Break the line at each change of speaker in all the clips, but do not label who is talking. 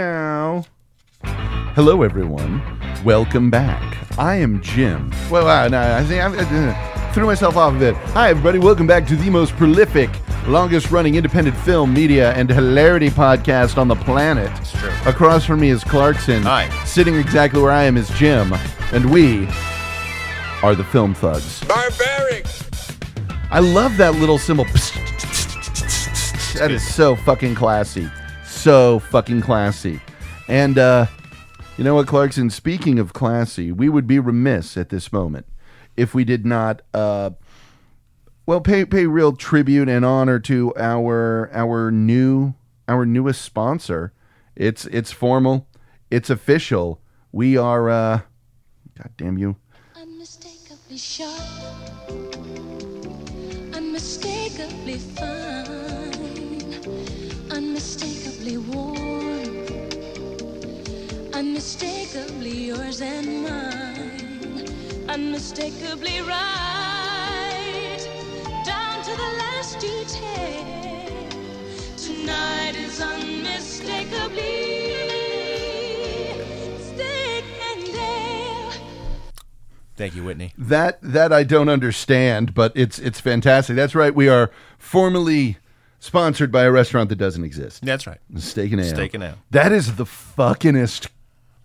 now. Hello, everyone. Welcome back. I am Jim. Well, I, no, I think I uh, threw myself off a bit. Hi, everybody. Welcome back to the most prolific, longest running independent film, media, and hilarity podcast on the planet.
It's true.
Across from me is Clarkson.
Hi.
Sitting exactly where I am is Jim. And we are the Film Thugs.
Barbaric.
I love that little symbol. That is so fucking classy. So fucking classy. And uh, you know what, Clarkson? Speaking of classy, we would be remiss at this moment if we did not, uh, well, pay pay real tribute and honor to our our new our newest sponsor. It's it's formal. It's official. We are. Uh, God damn you.
Unmistakably sharp, unmistakably fine, unmistakably warm, unmistakably yours and mine, unmistakably right, down to the last detail. Tonight is unmistakably stick and dale.
Thank you, Whitney.
That that I don't understand, but it's it's fantastic. That's right. We are formally sponsored by a restaurant that doesn't exist.
That's right.
Steak and Ale.
Steak and Ale.
That is the fuckingest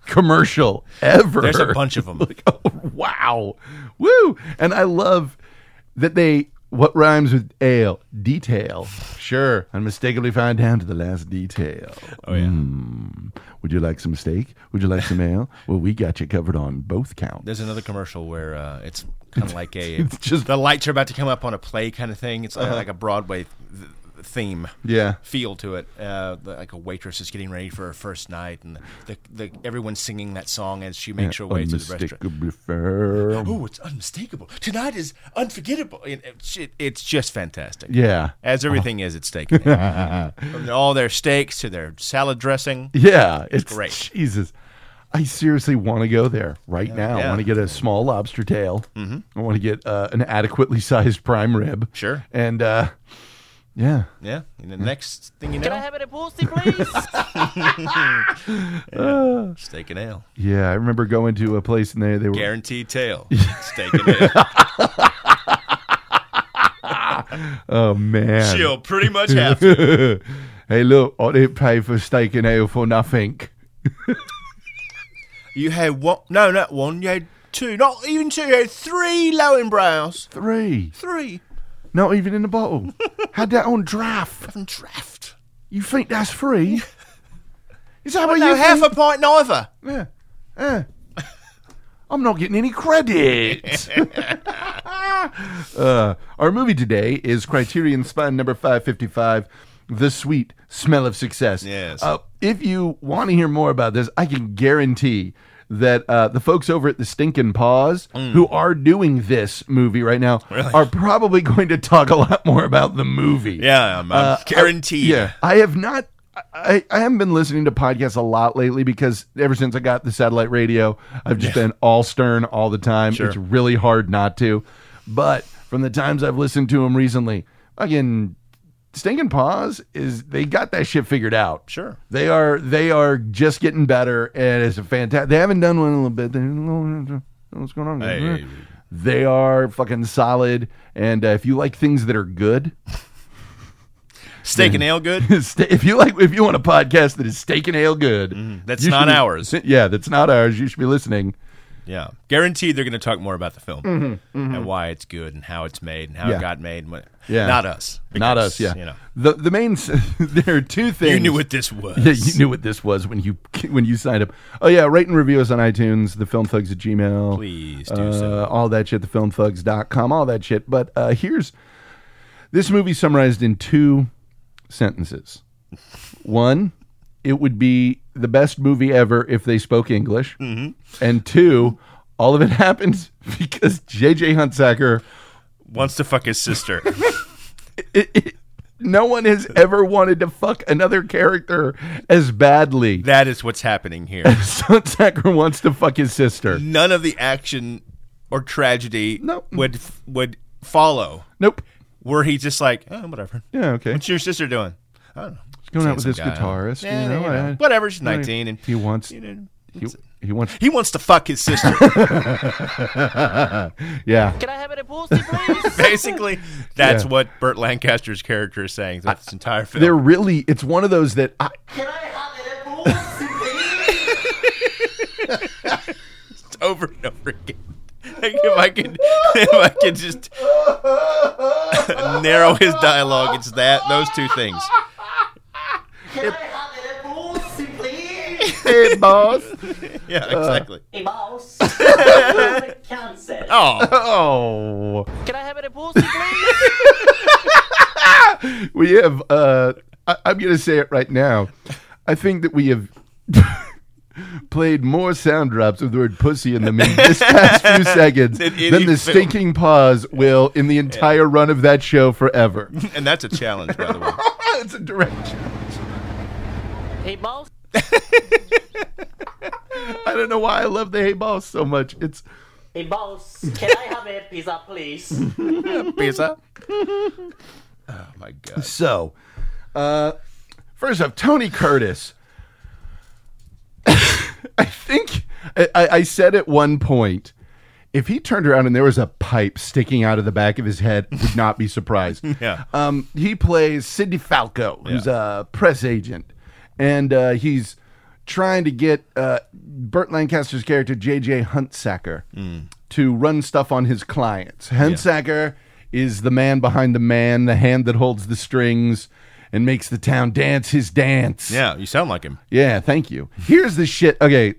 commercial ever.
There's a bunch of them.
wow. Woo. And I love that they what rhymes with ale? Detail. Sure. Unmistakably fine down to the last detail.
Oh yeah.
hmm. Would you like some steak? Would you like some ale? Well, we got you covered on both counts.
There's another commercial where uh, it's kind of like a
It's just- Uh-huh.
the lights are about to come up on a play kind of thing. It's like a Broadway th- theme.
Yeah.
Feel to it, uh, the- like a waitress is getting ready for her first night, and the, the, everyone's singing that song as she makes her way to the restaurant.
Unmistakably firm.
Oh, it's unmistakable. Tonight is unforgettable. And It's, it's just fantastic.
Yeah.
As everything is at stake. in there. From all their steaks to their salad dressing.
Yeah. It's
great.
Jesus. I seriously want to go there right now. I
Yeah.
want to get a small lobster tail. Mm-hmm. I want to get uh, an adequately sized prime rib.
Sure.
And uh, yeah.
Yeah. And the
Hmm.
next thing you know,
Can I have it at Woolsey, please?
steak and ale.
Yeah. I remember going to a place and they, they were.
Guaranteed tail. steak and ale.
Oh, man.
She'll pretty much have to.
hey, look, I didn't pay for steak and ale for nothing.
You had one. No, not one. You had two. Not even two. You had three Lowenbrows.
Three.
Three.
Not even in the bottle. Had that on draft.
From draft.
You think that's free? Is that what
No,
you
half
think?
a pint neither.
Yeah. Yeah. Eh. I'm not getting any credit. uh, our movie today is Criterion Spine number 555, The Sweet Smell of Success.
Yes.
Uh, if you want to hear more about this, I can guarantee that uh, the folks over at the Stinkin' Paws,
Mm.
who are doing this movie right now, are probably going to talk a lot more about the movie.
Yeah, I'm, I'm guaranteed.
Yeah, I have not. I, I haven't been listening to podcasts a lot lately because ever since I got the satellite radio, I've just been all stern all the time. It's really hard not to. But from the times I've listened to them recently, again, Stinking Paws is they got that shit figured out.
Sure.
They are they are just getting better, and it's a fantastic. They haven't done one in a little bit. They're a little- What's going on?
Hey.
They are fucking solid, and uh, if you like things that are good,
Steak and ale good?
Ste- if you like, if you want a podcast that is steak and ale good,
Mm-hmm. that's
you
not
should be-
ours.
Yeah, that's not ours. You should be listening.
Yeah. Guaranteed they're going to talk more about the film and why it's good and how it's made and how
Mm-hmm. Yeah.
it got made. and what-
Yeah.
Not us.
not
because,
us. Yeah.
You, know,
The the main s- there are two things.
you knew what this was.
Yeah, you knew what this was when you when you signed up. Oh yeah, rate and review us on iTunes, the Film Thugs at Gmail.
Please do so.
uh, all that shit, thefilmthugs.com, all that shit. But uh, here's this movie summarized in two sentences. One, it would be the best movie ever if they spoke English.
Mm-hmm.
And two, all of it happens because J.J. Huntsacker,
Wants to fuck his sister.
it, it, no one has ever wanted to fuck another character as badly.
that is what's happening here.
Huntsacker wants to fuck his sister.
None of the action or tragedy
No.
would would follow
Nope.
were he just like, oh, whatever.
Yeah, okay.
What's your sister doing? I don't know.
going out with
seeing
this
some guy.
guitarist.
Yeah,
you know, I-
whatever. She's
you know,
nineteen, and
he wants.
you know,
He, he wants.
he wants to fuck his sister.
Yeah.
Can I have it at Boosty, please?
Basically, that's
Yeah.
what Burt Lancaster's character is saying throughout this entire film.
They're really. It's one of those that I,
over and over again. Like if I could, if I could just narrow his dialogue, it's that those two things.
Can I have a boss, please?
hey boss.
Yeah,
Uh.
exactly.
A mouse. Cancer.
Oh,
Oh,
Can I have it at Boosty, please?
we have. Uh, I, I'm going to say it right now. I think that we have played more sound drops of the word "pussy" in them in this past few seconds
Than any
than the
film.
stinking pause will in the entire run of that show forever.
and that's a challenge, by the way.
it's a direct.
Hey, boss.
I don't know why I love the Hey Boss so much. It's
A mouse. Can I have a pizza, please?
Pizza. Oh my god.
so. Uh, first off, Tony Curtis. I think I, I I said at one point, if he turned around and there was a pipe sticking out of the back of his head, would not be surprised.
Yeah.
Um, he plays Sidney Falco, who's a press agent, and uh, he's trying to get uh, Burt Lancaster's character J.J. Huntsacker to run stuff on his clients. Huntsacker is the man behind the man, the hand that holds the strings and makes the town dance his dance.
Yeah, you sound like him.
Yeah, thank you. Here's the shit. Okay,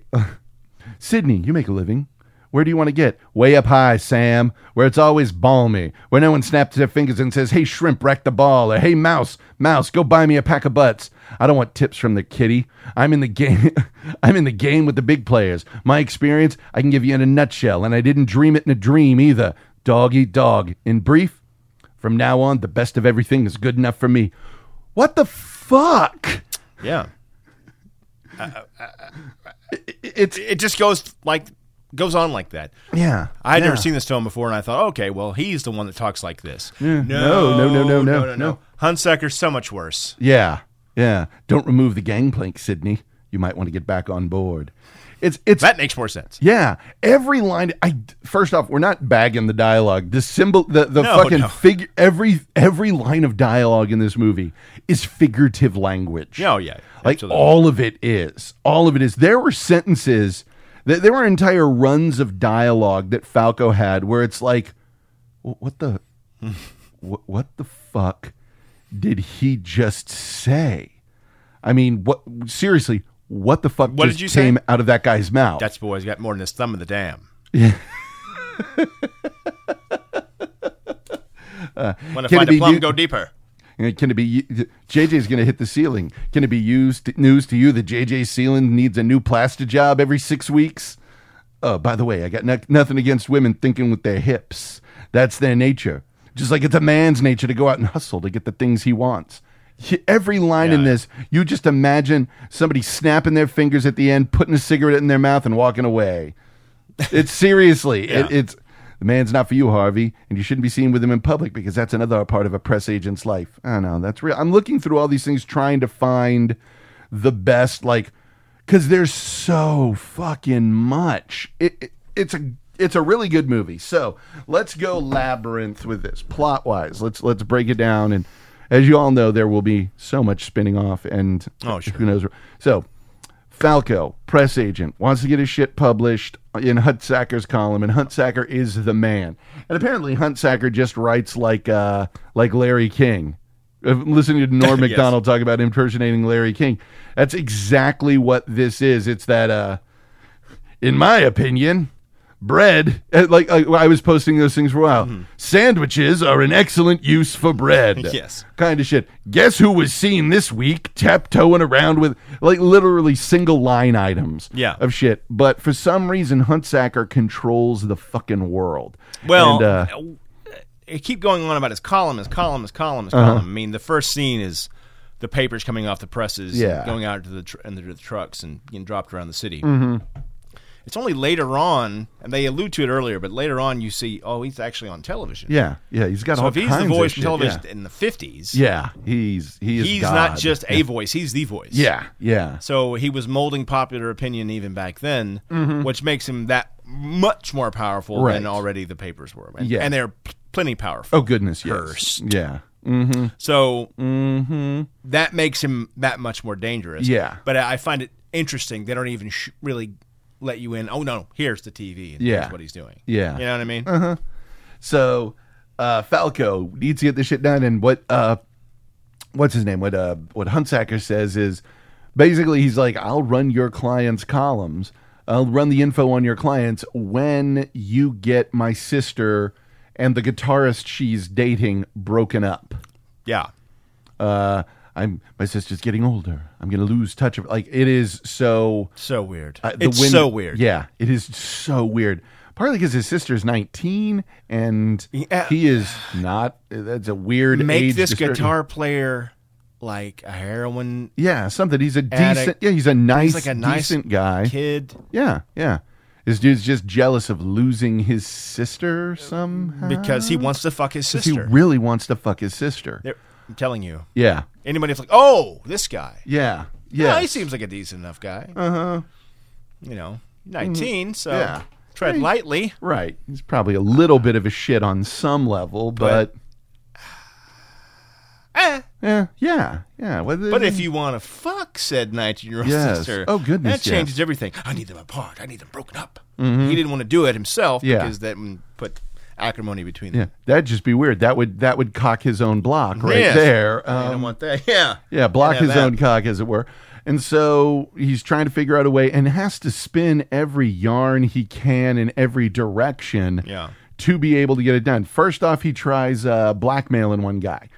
Sydney, you make a living. Where do you want to get? Way up high, Sam, where it's always balmy, where no one snaps their fingers and says, hey, shrimp, rack the ball, or hey, mouse, mouse, go buy me a pack of butts. I don't want tips from the kitty. I'm in the game. I'm in the game with the big players. My experience, I can give you in a nutshell, and I didn't dream it in a dream either. Dog eat dog. In brief, from now on, the best of everything is good enough for me. What the fuck?
Yeah.
It's
It just goes like goes on like that.
yeah.
I had never
yeah.
seen this film before, and I thought, okay, well, he's the one that talks like this.
No, no, no, no, no, no.
Hunsucker's so much worse.
Yeah, yeah. Don't remove the gangplank, Sydney. You might want to get back on board. It's it's
That makes more sense.
yeah. Every line. I first off, we're not bagging the dialogue. The symbol, the the
No,
fucking
no.
figure. Every every line of dialogue in this movie is figurative language.
Yeah, oh, yeah,
like
absolutely.
all of it is. All of it is. There were sentences. That, there were entire runs of dialogue that Falco had where it's like, "Wh- what the, what, what the fuck did he just say? I mean, what seriously? What the fuck
What
just
did you
came
say?
out of that guy's mouth?
Dutch boy's got more than his thumb in the dam. Want to
can it
find a
be
plum,
you-
go deeper.
You know, Can it be JJ's going to hit the ceiling? Can it be used news to you that JJ ceiling needs a new plaster job every six weeks? Oh, by the way, I got no- nothing against women thinking with their hips. That's their nature. Just like it's a man's nature to go out and hustle to get the things he wants. He- Every line in
Yeah.
this, you just imagine somebody snapping their fingers at the end, putting a cigarette in their mouth, and walking away. It's seriously, it,
Yeah.
it's the man's not for you, Harvey, and you shouldn't be seen with him in public because that's another part of a press agent's life. I know that's real. I'm looking through all these things trying to find the best, like, because there's so fucking much. It, it it's a it's a really good movie. So let's go labyrinth with this plot wise. Let's let's break it down and. As you all know, there will be so much spinning off, and
Oh, sure.
who knows? So, Falco, press agent, wants to get his shit published in Huntsacker's column, and Huntsacker is the man. And apparently, Huntsacker just writes like uh, like Larry King. If- Listening to Norm
Yes.
Macdonald talk about impersonating Larry King, that's exactly what this is. It's that, uh, in my opinion, bread. uh, Like I, I was posting those things for a while.
Mm-hmm.
Sandwiches are an excellent use for bread.
Yes.
kind of shit. Guess who was seen this week tiptoeing around with like literally single line items.
Yeah.
of shit. But for some reason, Huntsacker controls the fucking world.
Well,
And, uh, Uh-huh.
I keep going on about his column, his column, his column, his column. I mean, the first scene is the papers coming off the presses, and
Yeah. Mm-hmm.
going out to the tr- into the trucks and getting dropped around the city. It's only later on, and they allude to it earlier, but later on you see, oh, he's actually on television.
Yeah, yeah, he's got
So
all
if he's
kinds
the
of
voice
shit.
on television
Yeah.
in the fifties,
Yeah, he's he is
he's
God.
not just a voice; he's the voice.
yeah yeah
So he was molding popular opinion even back then, which makes him that much more powerful
Mm-hmm. Right.
than already the papers were. And,
Yeah.
and they're p- plenty powerful.
oh goodness yes
Cursed.
yeah Oh.
So that makes him that much more dangerous.
Mm-hmm. Yeah.
But I I find it interesting. They don't even sh- really let you in. Oh, no, here's the TV. And
Yeah.
Here's what he's doing.
Yeah. Uh-huh.
You know what I mean?
so uh, Falco needs to get this shit done and what uh what's his name what uh what Huntsacker says is basically he's like I'll run your clients columns I'll run the info on your clients when you get my sister and the guitarist she's dating broken up
Yeah.
uh I'm my sister's getting older I'm gonna lose touch of like it is so
So weird.
uh, the
it's
wind-
so weird.
Yeah, it is so weird. Partly because his sister's 19 and
Yeah.
he is not. That's a weird age
uh, Make this
discrepan-
guitar player like a heroin
Yeah, something. He's a
Addict.
decent. Yeah, he's a nice,
like a nice
decent guy.
kid
Yeah, yeah. This dude's just jealous of losing his sister somehow.
because he wants to fuck his
'Cause Uh-huh. he
sister.
really wants to fuck his sister.
They're- I'm telling you.
Yeah,
Anybody that's like, oh, this guy.
yeah,
Yeah,
yeah. Uh-huh.
he seems like a decent enough guy. Uh huh. You know, 19, so
Mm-hmm. Yeah.
tread lightly.
Right. He's probably a little bit of a shit on some level, but.
But- Eh.
Yeah, yeah, yeah. Whether-
But if you want to fuck said 19 year old
Yes.
sister,
Oh, goodness,
that
yes.
changes everything. I need them apart. I need them broken up. He didn't want to do it himself
Yeah.
because that would put acrimony between
Yeah,
them.
that'd just be weird. That would that would cock his own block right
Yes.
there.
I
Um,
don't want that. Yeah.
yeah, block
Can't
his
have that.
own cock, as it were. And so he's trying to figure out a way, and has to spin every yarn he can in every direction.
Yeah.
To be able to get it done. First off, he tries uh, blackmailing one guy.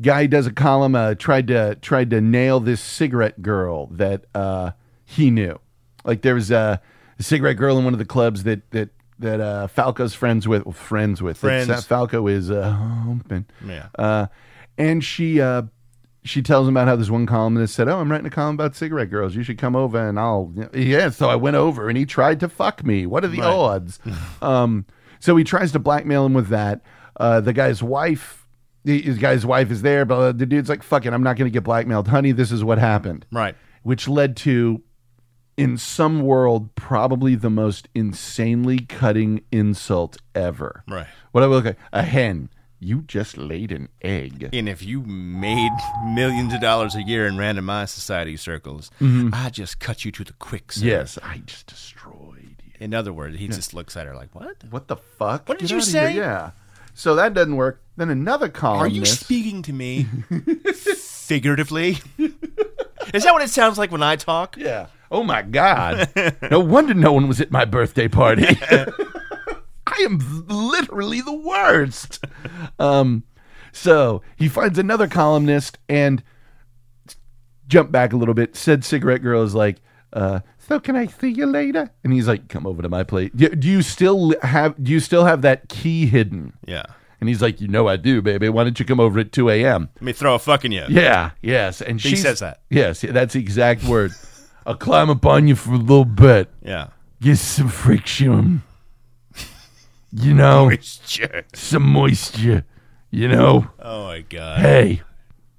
Guy does a column. Uh, tried to tried to nail this cigarette girl that uh, he knew. Like there was a, a cigarette girl in one of the clubs that that that uh, Falco's friends with friends with that
Friends.
Falco is uh, humping.
Yeah.
Uh, and she uh, she tells him about how this one columnist said, "Oh, I'm writing a column about cigarette girls. You should come over, and I'll." Yeah, so I went over, and he tried to fuck me. What are the
Right.
odds? um, so he tries to blackmail him with that. Uh, the guy's wife, the the guy's wife is there, but the dude's like, "Fucking, I'm not going to get blackmailed, honey. This is what happened,"
Right.
which led to. In some world, probably the most insanely cutting insult ever.
Right.
What I will look at a hen. You just laid an egg.
And if you made millions of dollars a year in randomized society circles, I just cut you to the quick. sir.
Mm-hmm. Yes, I just destroyed you.
In other words, he just looks at her like, "What?
What the fuck?
What did
Get
you
outta here.
say?
Yeah. So that doesn't work. Then another
Are you
columnist.
speaking to me figuratively? Is that what it sounds like when I talk?
yeah. Oh my god. no wonder no one was at my birthday party. I am literally the worst. Um, so he finds another columnist and jump back a little bit. Said cigarette girl is like, uh, "So can I see you later?" And he's like, "Come over to my place. Do, do you still li- have? Do you still have that key hidden?"
Yeah.
And he's like, "You know I do, baby. Why don't you come over at two a.m.?"
Let me throw a fucking you.
Yeah, yes. And she
says that.
Yes, that's the exact word. I'll climb up on you for a little bit,
Yeah.
get some friction. You know,
Sure.
some moisture. You know,
Oh my god.
hey,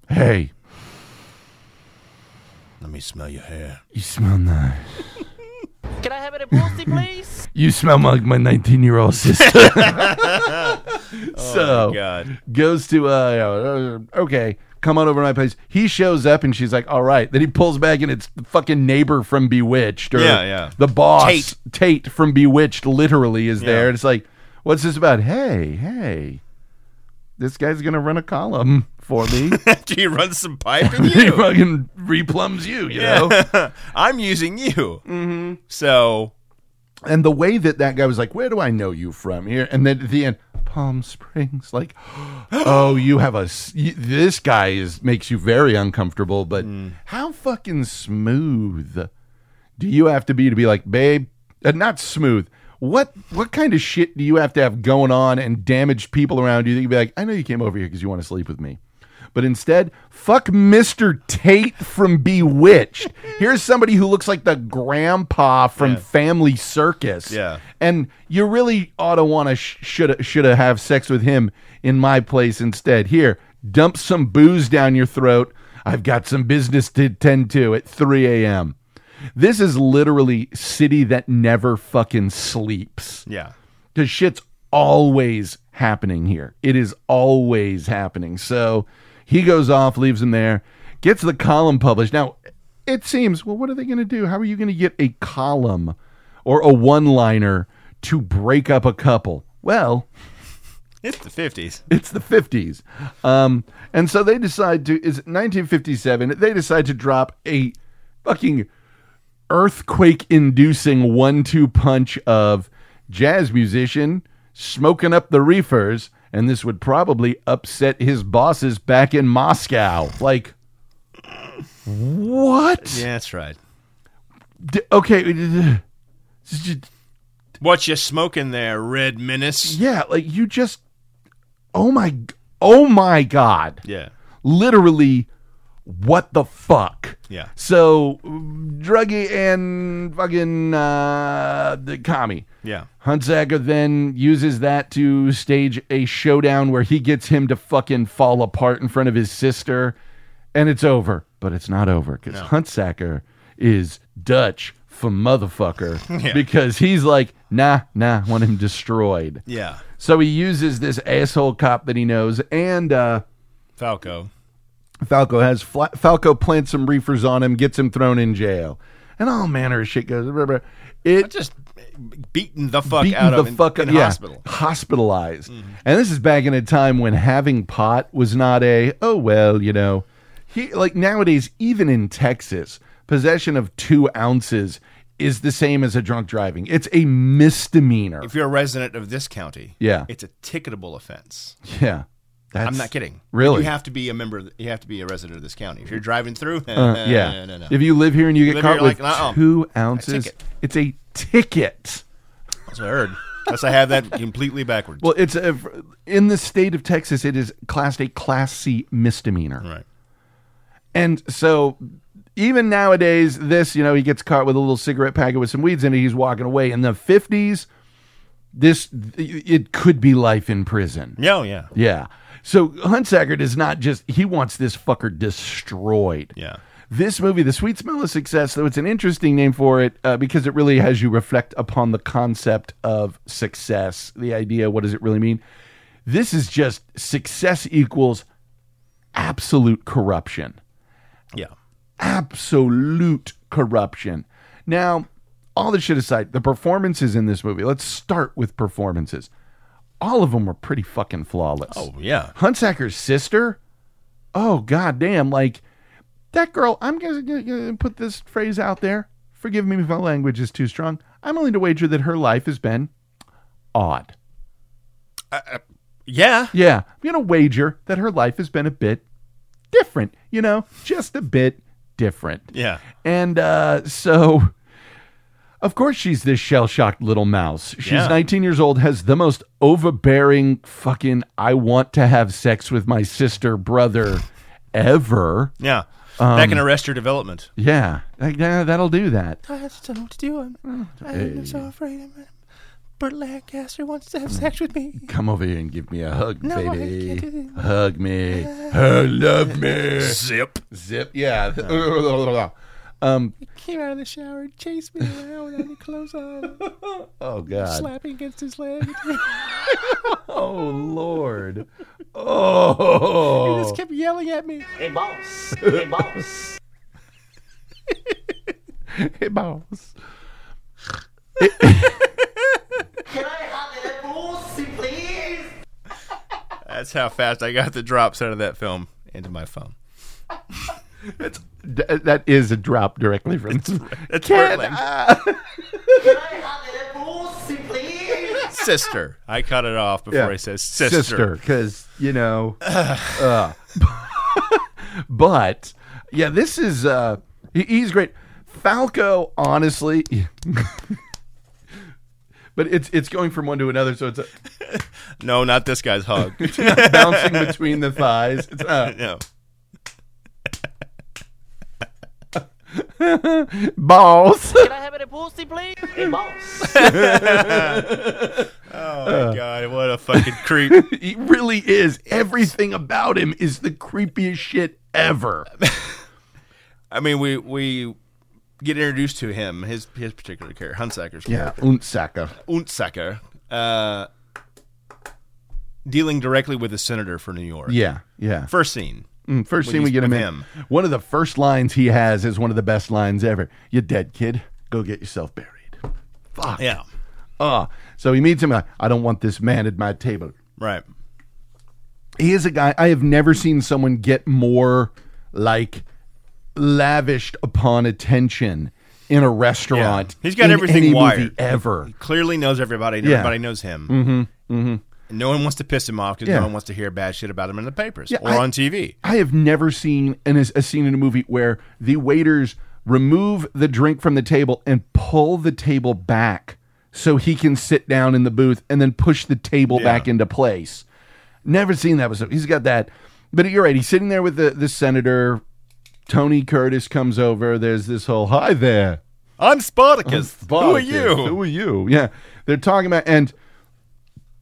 hey,
Let me smell your hair.
you smell nice.
Can I have any pussy, please?
You smell like my 19 year old sister. so,
Oh, God.
goes to uh, you know, uh, okay come on over to my place he shows up and she's like all right then he pulls back and it's the fucking neighbor from bewitched or
Yeah, yeah.
the boss
Tate.
tate from bewitched literally is there
Yeah.
and it's like what's this about hey hey this guy's gonna run a column for me
After you run some pipe in
he
you.
fucking replums you you know
I'm using you. Mm-hmm. So
and the way that that guy was like, "Where do I know you from?" Here, and then at the end, Palm Springs. Like, oh, you have a s- y- this guy is makes you very uncomfortable. But how fucking smooth do you have to be to be like, babe? Uh, not smooth. What what kind of shit do you have to have going on and damaged people around you that you'd be like, I know you came over here because you want to sleep with me, But instead, fuck Mr. Tate from Bewitched. Here's somebody who looks like the grandpa from
Yeah.
Family Circus.
Yeah.
And you really ought to want to sh- should should have sex with him in my place instead. Here, dump some booze down your throat. I've got some business to tend to at 3 a.m. This is literally city that never fucking sleeps.
Yeah.
Because shit's always happening here. It is always happening. So he goes off, leaves him there, gets the column published. Now, it seems, well, what are they going to do? How are you going to get a column or a one liner to break up a couple? Well,
It's the 50s.
it's the 50s. Um, and so they decide to, is 1957, they decide to drop a fucking earthquake inducing one two punch of jazz musician smoking up the reefers. And this would probably upset his bosses back in Moscow. Like, what?
Yeah, that's right.
D- okay.
What you smoking there, Red Menace?
Yeah, like you just. Oh my. g- Oh my God.
Yeah.
literally what the fuck
Yeah.
so druggy and fucking uh the commie
Yeah.
Hunsaker then uses that to stage a showdown where he gets him to fucking fall apart in front of his sister, and it's over. But it's not over because Huntsacker is Dutch for motherfucker
Yeah.
because he's like, nah, nah, want him destroyed.
Yeah.
So he uses this asshole cop that he knows and uh,
Falco.
Falco has Fla- Falco plants some reefers on him, gets him thrown in jail, and all manner of shit goes. Blah, blah. It
Just beating the fuck
beaten
out
the
of in,
fuck
in
yeah,
hospital. Mm-hmm.
hospitalized. And this is back in a time when having pot was not a oh well, you know. He like nowadays, even in Texas, possession of two ounces is the same as a drunk driving. It's a misdemeanor.
If you're a resident of this county,
Yeah.
it's a ticketable offense.
yeah, that's
I'm not kidding.
Really?
you have to be a member. Of the, you have to be a resident of this county. If you're driving through,
Uh, yeah.
no, no, no.
If you live here and you get
live
caught
here, like,
with
uh-uh.
two ounces,
ticket.
it's a ticket.
That's what I heard. Unless I have that completely backwards.
Well, it's a, in the state of Texas, it is classed a Class C misdemeanor.
right.
And so even nowadays, this, you know, he gets caught with a little cigarette packet with some weeds in it, he's walking away. In the 50s, this it could be life in prison.
Yeah, oh, yeah,
Yeah. So Huntsacker does not just he wants this fucker destroyed.
yeah.
This movie, The Sweet Smell of Success, though it's an interesting name for it uh, because it really has you reflect upon the concept of success, the idea, what does it really mean? This is just success equals absolute corruption
Yeah.
absolute corruption. Now, all this shit aside, the performances in this movie, let's start with performances. All of them were pretty fucking flawless.
Oh, yeah.
Huntsacker's sister? Oh, goddamn. Like, that girl, I'm going to put this phrase out there. Forgive me if my language is too strong. I'm willing to wager that her life has been odd.
Yeah.
Yeah, I'm going to wager that her life has been a bit different, you know, just a bit different.
Yeah.
And uh, so, of course, she's this shell shocked little mouse. She's
Yeah.
19 years old, has the most overbearing fucking I want to have sex with my sister, brother ever.
Yeah.
Um,
that can arrest your development.
Yeah, like, yeah, that'll do that.
I just don't know what to do.
Oh,
I'm, I'm so afraid. I'm, Burt Lancaster wants to have sex with me.
Come over here and give me a hug,
I can't do
baby.
that. Uh.
Hug me. Hug, love me.
Zip.
Zip. Yeah. um,
Came out of the shower and chased me around without any clothes on,
oh, God.
slapping against his leg.
Oh, Lord. Oh.
He just kept yelling at me.
Hey, boss. Hey, boss.
Hey, boss.
Can I have a pussy, please?
That's how fast I got the drops out of that film into my phone.
D- uh, that is a drop directly from
That's
Can
Burt Lang-
Can I have a pussy, please?
sister. I cut it off before
Yeah.
I said sister.
because you know. uh, but yeah, this is uh, he- he's great. Falco, honestly, but it's it's going from one to another, so it's uh
No, not this guy's hug.
bouncing between the thighs. It's, uh,
no.
Balls.
Can I have a pussy, please?
Hey, boss.
Uh.
Oh my god, what a fucking creep.
he really is. Everything about him is the creepiest shit ever.
I mean, we we get introduced to him, his his particular character, Hunsaker's
Yeah, Unsacker.
Unsacker, uh, dealing directly with the senator for New York.
Yeah, yeah.
First scene.
Mm, First
when
thing
you
we get him
speak of
in.
him.
One of the first lines he has is one of the best lines ever. You dead kid. Go get yourself buried. Fuck.
Yeah.
Uh, so he meets him. uh, I don't want this man at my table.
Right.
He is a guy I have never seen someone get more like lavished upon attention in a restaurant.
He's got
in
everything
any
wired.
movie ever.
Clearly knows everybody. And
Yeah.
Everybody knows him. Mm-hmm. Mm-hmm. No one wants to piss him off because
Yeah.
no one wants to hear bad shit about him in the papers
Yeah,
or
I-
on TV.
I have never seen an, a scene in a movie where the waiters remove the drink from the table and pull the table back so he can sit down in the booth and then push the table back into place. Never seen that episode. He's got that. But you're right. He's sitting there with the, the senator. Tony Curtis comes over. There's this whole hi there.
I'm Spartacus. Who are
Politics.
you?
Who are you? Yeah, they're talking about and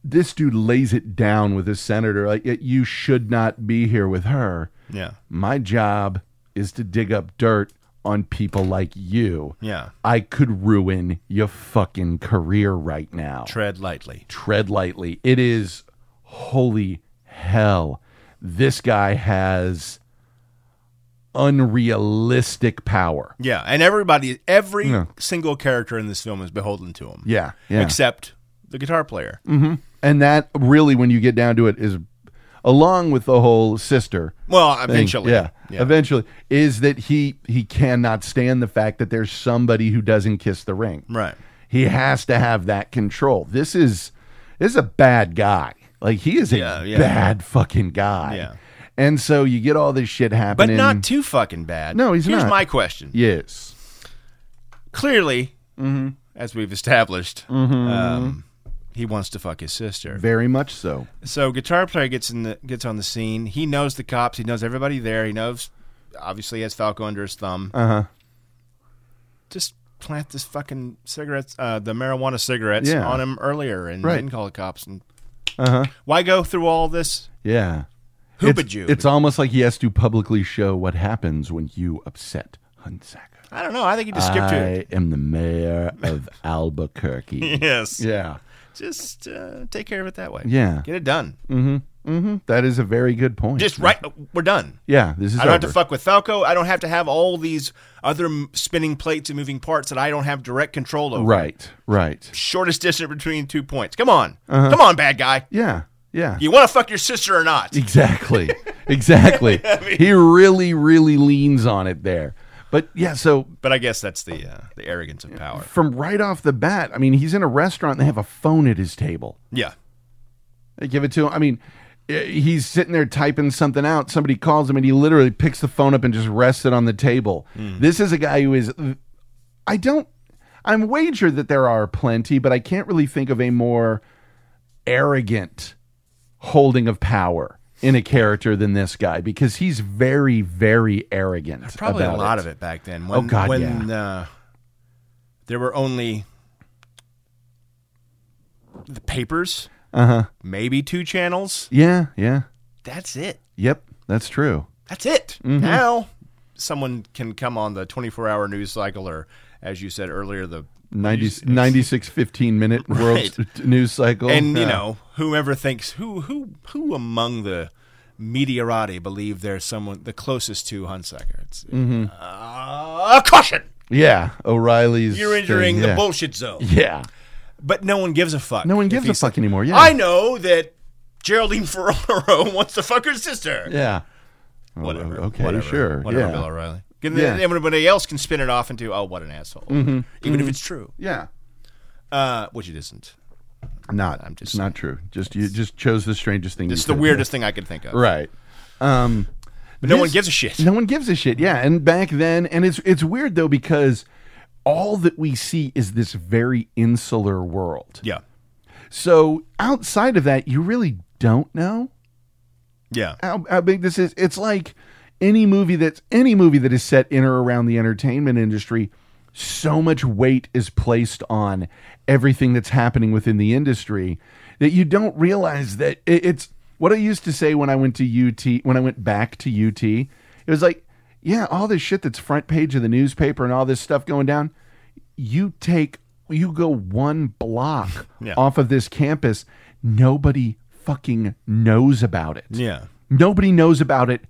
this dude lays it down with his senator. Like you should not be here with her.
Yeah.
My job is to dig up dirt on people like you.
Yeah.
I could ruin your fucking career right now.
Tread lightly.
Tread lightly. It is holy hell. This guy has unrealistic power.
Yeah, and everybody, every
Yeah.
single character in this film is beholden to him.
Yeah. Yeah.
except the guitar player.
And that really, when you get down to it, is along with the whole sister.
Well,
thing,
eventually,
yeah, Eventually, is that he he cannot stand the fact that there's somebody who doesn't kiss the ring.
right.
He has to have that control. This is this is a bad guy. Like he is a
Yeah, yeah.
bad fucking guy.
Yeah.
And so you get all this shit
But
happening.
not too fucking bad.
No, he's
Here's
not.
my question.
yes.
Clearly,
Mm-hmm.
as we've established, um, he wants to fuck his sister.
Very much so.
So guitar player gets in the gets on the scene. He knows the cops. He knows everybody there. He knows. Obviously, he has Falco under his thumb. Uh
Uh-huh.
huh. Just plant this fucking cigarettes, uh, the marijuana cigarettes
Yeah.
on him earlier, and
Right.
didn't call the cops. And why go through all this?
Yeah.
Who
it's,
but you?
It's almost like he has to publicly show what happens when you upset Hunsaker.
I don't know. I think he just skipped it.
I am the mayor of Albuquerque.
Yes.
yeah.
Just uh, take care of it that way.
Yeah. Mm-hmm.
Get it done.
That is a very good point.
Just right. We're done.
Yeah, this is
I don't have
over.
to fuck with Falco. I don't have to have all these other m- spinning plates and moving parts that I don't have direct control over.
Right, right.
Shortest distance between two points. Come on.
Uh-huh.
Come on, bad guy.
Yeah, yeah.
You want to fuck your sister or not?
Exactly. exactly. he really, really leans on it there. But yeah, so
But I guess that's the uh, the arrogance of power.
from right off the bat, I mean, he's in a restaurant and they have a phone at his table.
Yeah.
They give it to him. I mean, eh, he's sitting there typing something out. Somebody calls him and he literally picks the phone up and just rests it on the table.
Hmm.
This is a guy who is. I don't. I'm wagered that there are plenty, but I can't really think of a more arrogant holding of power in a character than this guy because he's very, very arrogant.
Probably a
about
lot of it back then. When,
Oh, God,
when, uh, there were only the papers,
Uh huh.
maybe two channels.
Yeah. Yeah.
That's it.
Yep. That's true.
That's it.
Mm-hmm.
Now someone can come on the 24 hour news cycle, or as you said earlier, the
90, 96 15 minute world
Right.
t- news cycle.
and you
Yeah.
know whomever thinks who who who among the meteorati believe they're someone the closest to Hunsaker. It's
Mm-hmm.
uh, caution.
Yeah, O'Reilly's.
You're entering
thing,
the
yeah.
bullshit zone,
Yeah,
but no one gives a fuck.
no one
if
gives a
he's-
fuck anymore. Yeah,
I know that Geraldine Ferraro wants to fuck her sister.
Yeah,
whatever.
okay,
whatever,
sure,
Whatever,
yeah.
Bill O'Reilly. And
Yeah. Mm-hmm.
then everybody else can spin it off into, oh, what an asshole. Even if it's true,
yeah.
uh, which it isn't.
Not.
I'm just
it's not true. Just you just chose the strangest thing.
It's
you
the
could.
weirdest thing I could think of.
Right. Um,
But no one
This-
gives a shit.
No one gives a shit. Yeah, and back then, and it's it's weird though because all that we see is this very insular world.
Yeah.
So outside of that, you really don't know
Yeah.
how, how big this is. It's like any movie that's any movie that is set in or around the entertainment industry, so much weight is placed on everything that's happening within the industry that you don't realize that it, it's what I used to say when I went to UT when I went back to UT. It was like, yeah, all this shit that's front page of the newspaper and all this stuff going down, you take you go one block
Yeah.
off of this campus, nobody fucking knows about it.
Yeah.
Nobody knows about it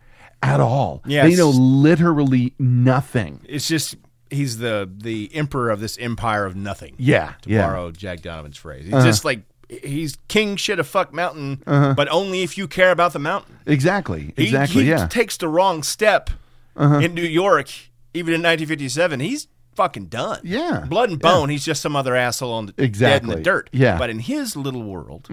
at all.
Yes.
They know literally nothing.
It's just he's the the emperor of this empire of nothing.
Yeah.
To
yeah. Uh-huh.
borrow Jack Donovan's phrase. He's just like he's king shit a fuck mountain, but only if you care about the mountain.
Exactly.
He-
Exactly.
He
yeah. Uh-huh.
takes the wrong step in New York, even in 1957. He's fucking done.
Yeah.
Blood and bone. He's just some other asshole on the, dead in
Exactly.
the dirt.
Yeah. Mm-hmm.
But in his little world,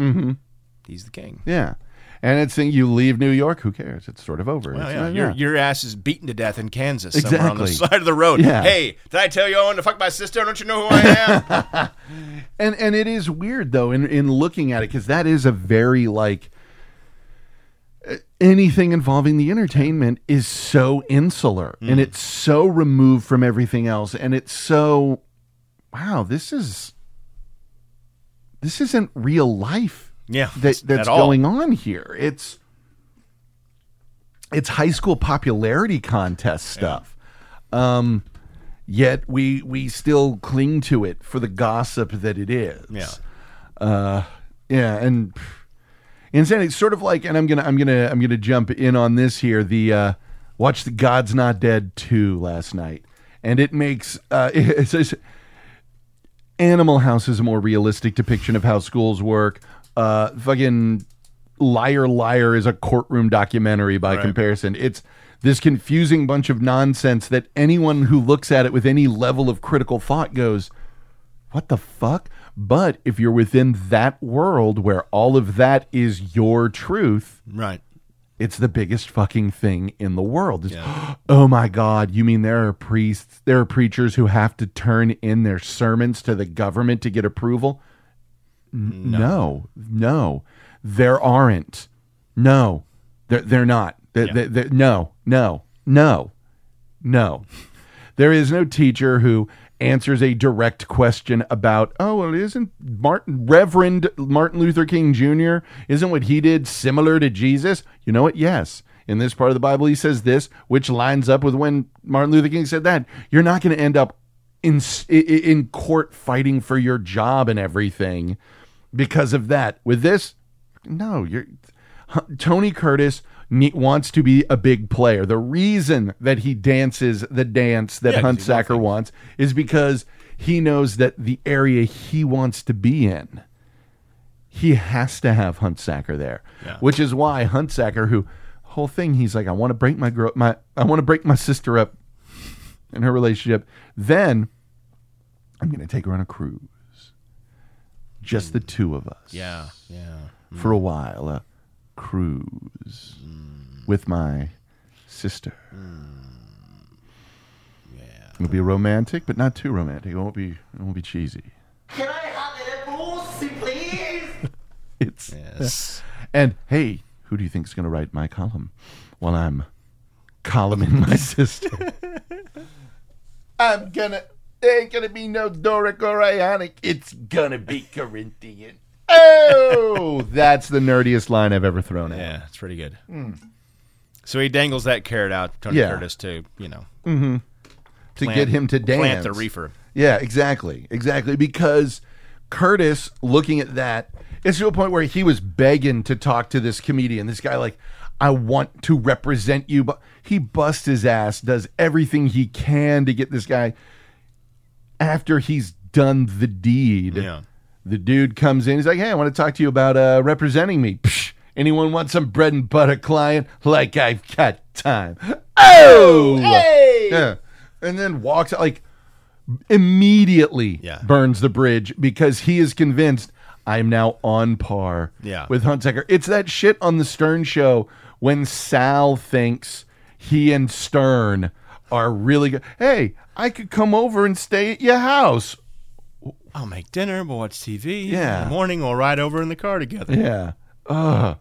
he's the king.
yeah. And it's saying you leave New York, who cares? It's sort of over.
Well,
It's-
Oh, yeah,
uh,
your,
yeah.
your ass is beaten to death in Kansas somewhere on the
Exactly.
side of the road.
Yeah.
Hey, did I tell you I wanted to fuck my sister? Don't you know who I am?
and and it is weird though in in looking at it because that is a very like uh, anything involving the entertainment is so insular
Mm.
and it's so removed from everything else and it's so wow this is this isn't real life
yeah.
that that's
at all.
going on here it's it's high school popularity contest stuff um yet we we still cling to it for the gossip that it is
Yeah.
uh, yeah, and pff, insanity. It's sort of like, and I'm gonna, I'm gonna, I'm gonna jump in on this here. The uh, watch the God's Not Dead two last night, and it makes uh, it says Animal House is a more realistic depiction of how schools work. Uh, fucking Liar Liar is a courtroom documentary by
Right.
comparison. It's this confusing bunch of nonsense that anyone who looks at it with any level of critical thought goes, what the fuck? But if you're within that world where all of that is your truth,
Right.
it's the biggest fucking thing in the world. It's,
Yeah.
oh my God, you mean there are priests, there are preachers who have to turn in their sermons to the government to get approval? N- no, no, there aren't. No, they're, they're not. They're,
Yeah.
they're, they're- no, no, no, no. There is no teacher who answers a direct question about, oh, well, isn't Martin, Reverend Martin Luther King Jr., isn't what he did similar to Jesus? You know what? Yes. In this part of the Bible, he says this, which lines up with when Martin Luther King said that. You're not going to end up in, s- i- i- in court fighting for your job and everything because of that. With this, no, you're Huh, Tony Curtis ne- wants to be a big player. The reason that he dances the dance that
Yeah, 'cause
Hunt
he wants
Sacker wants is because he knows that the area he wants to be in, he has to have Hunt Sacker there,
Yeah.
which is why Hunt Sacker, who whole thing, he's like, I want to break my girl, my I want to break my sister up in her relationship. Then I'm going to take her on a cruise, just the two of us
Mm. Yeah. Yeah.
for a while a cruise with my sister. Mm. It'll be romantic, but not too romantic. It won't be. It won't be cheesy.
Can I have a little pussy, please?
It's
Yes.
and hey, who do you think's going to write my column while I'm columning my sister? I'm gonna. There ain't gonna be no Doric or Ionic. It's gonna be Corinthian. Oh, that's the nerdiest line I've ever thrown out.
Yeah, it's pretty good. So he dangles that carrot out, Tony
Hmm. Yeah.
Curtis, to you know
to
plant-
get him to dance.
plant the reefer.
Yeah, exactly, exactly. Because Curtis, looking at that, it's to a point where he was begging to talk to this comedian. This guy, like, I want to represent you, but he busts his ass, does everything he can to get this guy. After he's done the deed,
Yeah.
the dude comes in. He's like, "Hey, I want to talk to you about uh, representing me. Psh, anyone want some bread and butter client? Like I've got time. Oh, yeah." And then walks out like immediately
Yeah.
burns the bridge because he is convinced I am now on par
Yeah.
with Hunsaker. It's that shit on the Stern show when Sal thinks he and Stern are really good. Hey, I could come over and stay at your house.
I'll make dinner. We'll watch TV.
Yeah.
In the morning, we'll ride over in the car together.
Yeah. Ugh.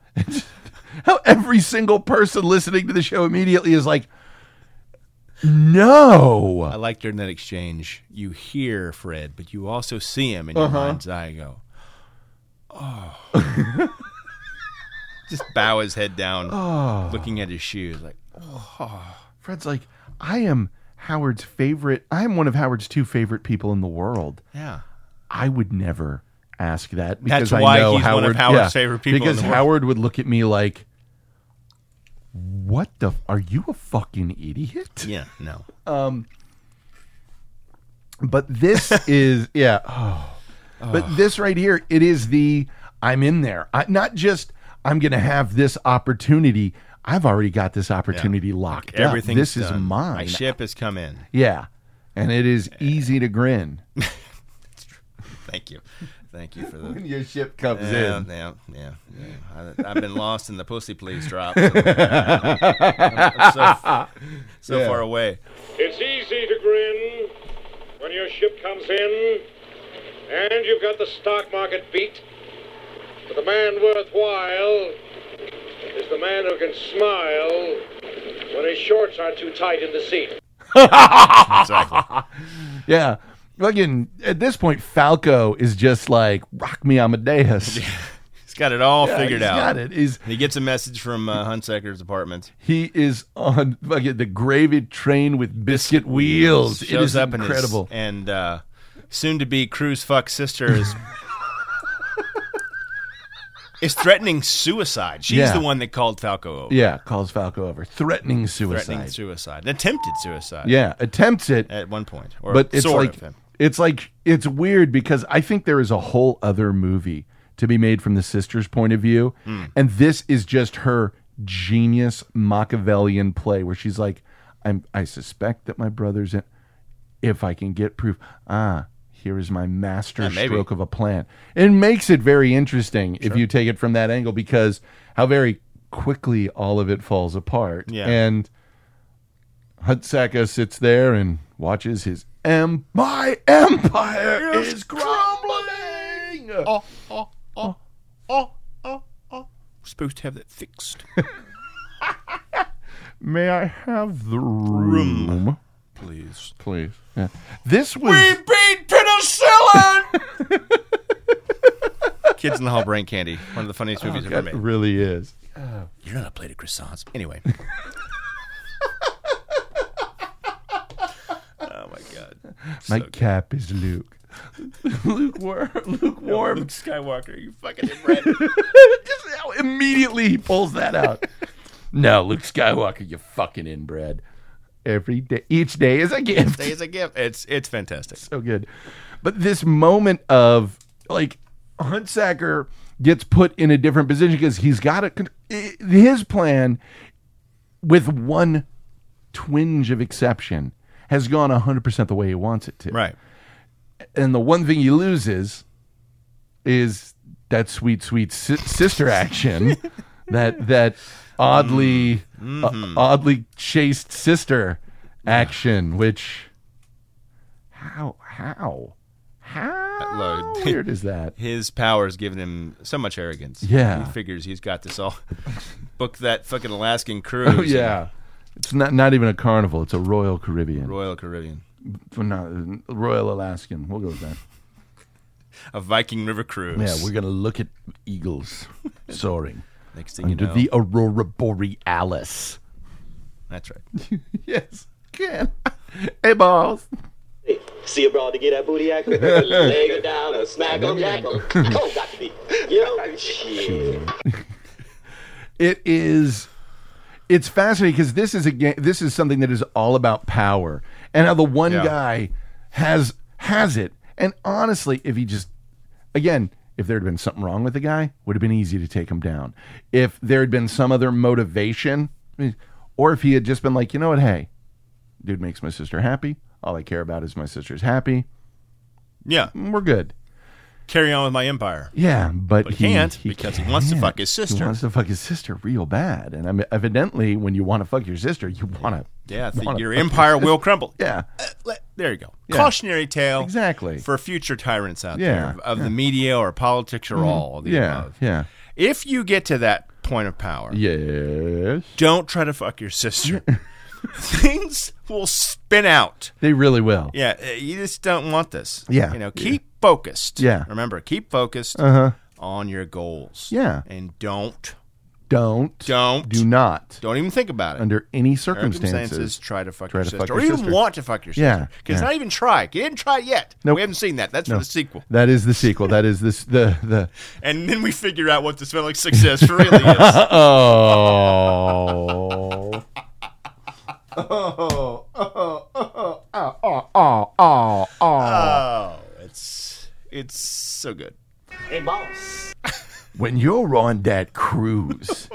How every single person listening to the show immediately is like, no.
I like during that exchange, you hear Fred, but you also see him in your
Uh-huh.
mind's eye. and Go, oh, just bow his head down,
Oh.
looking at his shoes. Like,
Fred's like, I am Howard's favorite. I am one of Howard's two favorite people in the world.
yeah,
I would never ask that because I
That's why
know
he's
Howard,
one of Howard's favorite people in
Because
the world.
Howard would look at me like, "What the? f- Are you a fucking idiot?"
yeah, no,
But this is yeah. oh. But this right here, it is the I'm in there. I, not just I'm going to have this opportunity. I've already got this opportunity locked
everything.
up. This is mine.
My ship has come in.
Yeah. And it is easy to grin
Thank you, thank you for the.
when your ship comes
Yeah,
in.
yeah, yeah, yeah. I, I've been lost in the pussy please drop. So, I'm so so
Yeah.
far away.
It's easy to grin when your ship comes in and you've got the stock market beat. But the man worthwhile is the man who can smile when his shorts are too tight in the seat.
Exactly.
Yeah. Fucking at this point, Falco is just like rock me Amadeus.
He's got it all figured
He's
out.
Got it. He's
He gets a message from uh, Hunsaker's apartment.
he is on fucking the gravy train with biscuit wheels. It
Shows
is
up
incredible.
in his, and uh, soon to be cruise fuck sister is is threatening suicide. She's
Yeah.
the one that called Falco over.
Yeah, calls Falco over, threatening suicide.
threatening suicide, attempted suicide.
yeah, attempts it,
at one point, or
but it's
Eh, sort
like
of him.
it's like it's weird because I think there is a whole other movie to be made from the sister's point of view,
Hmm.
and this is just her genius Machiavellian play where she's like, "I'm I suspect that my brother's in. If I can get proof, ah." Here is my master
maybe.
stroke of a plan. It makes it very interesting if you take it from that angle because how very quickly all of it falls apart.
Yeah.
And Hutsaka sits there and watches his em- my empire is crumbling. Oh.
supposed to have that fixed,
May I have the room,
please.
please? Yeah. This was
beat penicillin. Kids in the Hall Brain Candy, one of the funniest movies ever
that
made.
really is.
You're not a plate of croissants. Anyway. oh my god.
My cap is Luke. lukewarm, lukewarm.
Luke Skywalker, you fucking inbred.
Just how immediately he pulls that out. no, Luke Skywalker, you fucking inbred. Every day, each day is a gift.
Day is a gift. It's it's fantastic.
so good. But this moment of like Huntsacker gets put in a different position because he's got a con- i- his plan with one twinge of exception has gone 100% the way he wants it to.
Right.
And the one thing he loses is that sweet sweet si- sister action that that oddly uh, oddly chaste sister action which how how how
Look.
weird is that
His powers given him so much arrogance.
Yeah.
He figures he's got this all. Book that fucking Alaskan cruise.
oh yeah it's not not even a carnival it's a royal caribbean
Royal Caribbean.
Well, no, royal alaskan we'll go with that
A Viking River cruise.
yeah we're gonna look at eagles soaring
Next thing you
under
know.
the aurora borealis
That's right.
yes can hey balls
See a broad to get that booty acting. Leg her down or smack her, jack her. Cold got to be. You know? Shit.
it is it's fascinating because this is a game this is something that is all about power and how the one
Yeah.
guy has has it and honestly if he just again if there had been something wrong with the guy would have been easy to take him down if there had been some other motivation I mean, or if he had just been like you know what hey dude makes my sister happy all i care about is my sister's happy
Yeah.
we're good
Carry on with my empire.
yeah but,
But he can't because he wants to fuck his
He
sister.
wants to fuck his sister real bad, and I mean, evidently, when you want to fuck your sister, you want to.
Yeah,
wanna fuck
the, your
your
empire will crumble.
Yeah,
Let- there you go.
Yeah.
Cautionary tale.
Exactly.
For future tyrants out
Yeah, Mm-hmm.
there of the media or politics or all of the
yeah,
above.
yeah.
If you get to that point of power.
Yes.
Don't try to fuck your sister. Things will spin out.
They really will.
Yeah, uh, you just don't want this.
Yeah,
you know,
yeah.
keep focused.
Yeah. Uh-huh.
remember, keep focused on your goals.
Yeah.
and don't,
Don't.
don't,
Do not.
don't even think about it.
Under any circumstances.
Circumstances, try to fuck
try
your
to
sister,
fuck
or
your
even
sister.
want to fuck your sister.
Yeah,
because
yeah.
not even try. You didn't try yet.
Nope.
We haven't seen that. That's
No.
for the sequel.
That is the sequel. That is this the the
And then we figure out what the smell like success really is.
Oh. Oh, oh, oh, oh, oh, oh, oh, oh.
Oh, it's it's so good.
Hey, boss.
When you're on that cruise,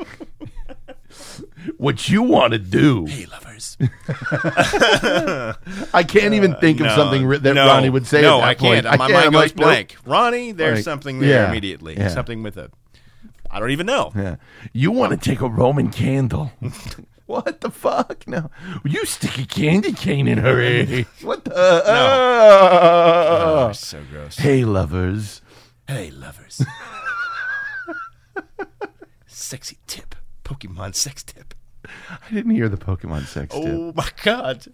what you want to do?
Hey, lovers.
I can't even think of
No,
something ri- that
Uh, no,
Ronnie would say.
No,
at that
I can't.
Point.
My mind
I'm
goes
like, nope.
blank. Ronnie, there's
Like,
something there
yeah,
immediately.
yeah.
Something with a. I don't even know.
Yeah. You want to take a Roman candle. what the fuck? No. You stick a candy cane in her. eh? what the?
Oh,
Uh,
it's so gross.
Hey, lovers.
Hey, lovers. Sexy tip. Pokemon sex tip.
I didn't hear the Pokemon sex tip.
Oh my god.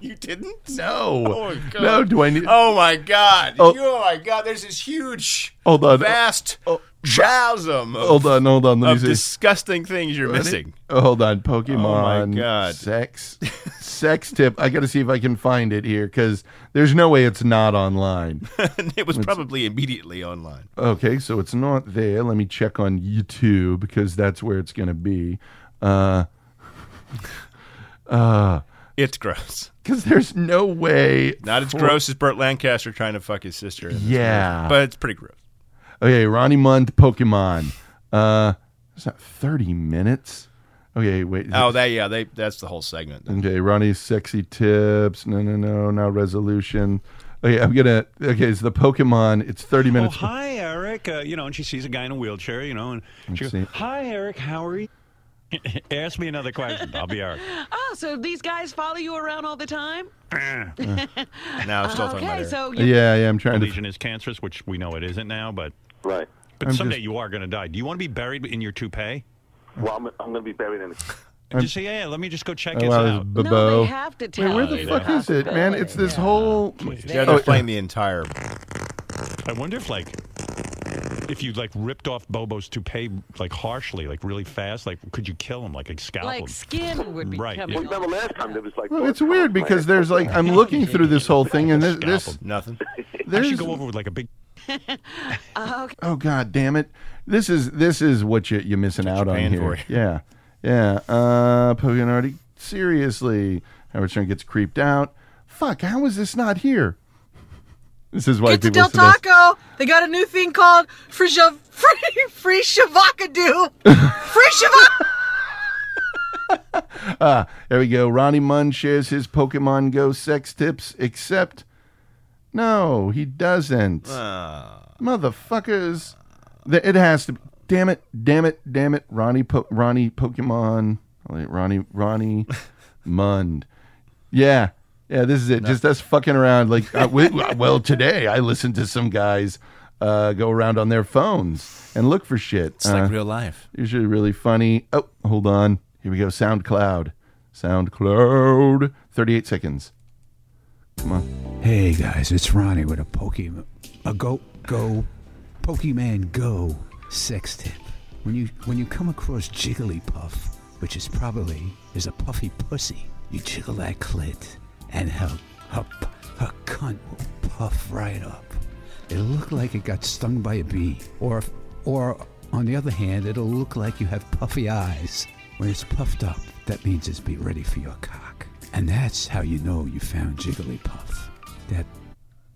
you didn't?
No.
Oh my god.
No, do I need.
Oh my god.
Oh.
Oh, my god. There's this huge,
Hold on.
vast
Oh.
chasm of,
Hold on, hold on. Let
of
me see.
disgusting things you're missing.
Oh, hold on. Pokemon.
Oh my God.
Sex. sex tip. I got to see if I can find it here because there's no way it's not online.
And it was probably immediately online.
Okay, so it's not there. Let me check on YouTube because that's where it's going to be. Uh,
It's gross.
Because there's no way.
Not as
for-
gross as Burt Lancaster trying to fuck his sister. in this
Yeah.
movie, but it's pretty gross.
Okay, Ronnie Mund Pokemon. Uh, is that 30 minutes? Okay, wait.
Oh, that yeah, they that's the whole segment.
Okay, Ronnie's sexy tips. No, no, no, not resolution. Okay, I'm gonna. Okay, it's the Pokemon. It's 30
Oh,
minutes.
hi, Eric. Uh, you know, and she sees a guy in a wheelchair, you know, and she
see.
goes, Hi, Eric. How are you? Ask me another question. I'll be Eric.
Oh, so these guys follow you around all the time?
Now I'm still talking about
Oh, okay,
Eric.
so you,
yeah, yeah, I'm trying to.
Lesion is cancerous, which we know it isn't now, but
Right.
but
I'm
someday
just-
you are going to die. Do you want to be buried in your toupee?
Well, I'm, I'm going to be buried in it.
just say, yeah, let me just go check
Oh,
this
wow,
out.
it's
no,
Bobo.
they have to tell.
Where
you
the
they
fuck
have
is it,
to
man?
tell
It's
you.
this whole.
Yeah,
Oh,
they're playing the entire.
I wonder if like if you like ripped off Bobo's toupee like harshly, like really fast, like could you kill him, like, like scalp him?
Like skin would be
Right, yeah.
coming.
Well, remember
off.
last time there was like.
Well,
blood
it's weird
coming
because
from it.
there's like I'm looking through this whole thing and this, this
Nothing.
I
there's
should go over with like a big
oh god damn it this is this is what you, you're missing out
you're
on
paying
here
for.
yeah yeah uh Pokemon already seriously Howard Stern gets creeped out fuck how is this not here this is why
Get to
people
Del
suggest-
Taco. They got a new thing called free shav- free free shavakadu. Free shavak.
There we go. Ronnie Munn shares his Pokemon Go sex tips, except no, he doesn't.
Uh,
Motherfuckers. Th- It has to. Damn it! Damn it! Damn it! Ronnie, po- Ronnie, Pokemon, Wait, Ronnie, Ronnie, Mund. Yeah, yeah. This is it. Just us fucking around. Like, uh, we, well, today I listened to some guys uh, go around on their phones and look for shit.
It's like
Uh,
real life.
usually really funny. Oh, hold on. Here we go. SoundCloud. SoundCloud. 38 seconds. Come on.
Hey guys, it's Ronnie with a Pokemon, a Go Go, Pokemon Go sex tip. When you when you come across Jigglypuff, which is probably is a puffy pussy, you jiggle that clit, and her her p- her cunt will puff right up. It'll look like it got stung by a bee, or or on the other hand, it'll look like you have puffy eyes. When it's puffed up, that means it's be ready for your cock, and that's how you know you found Jigglypuff. That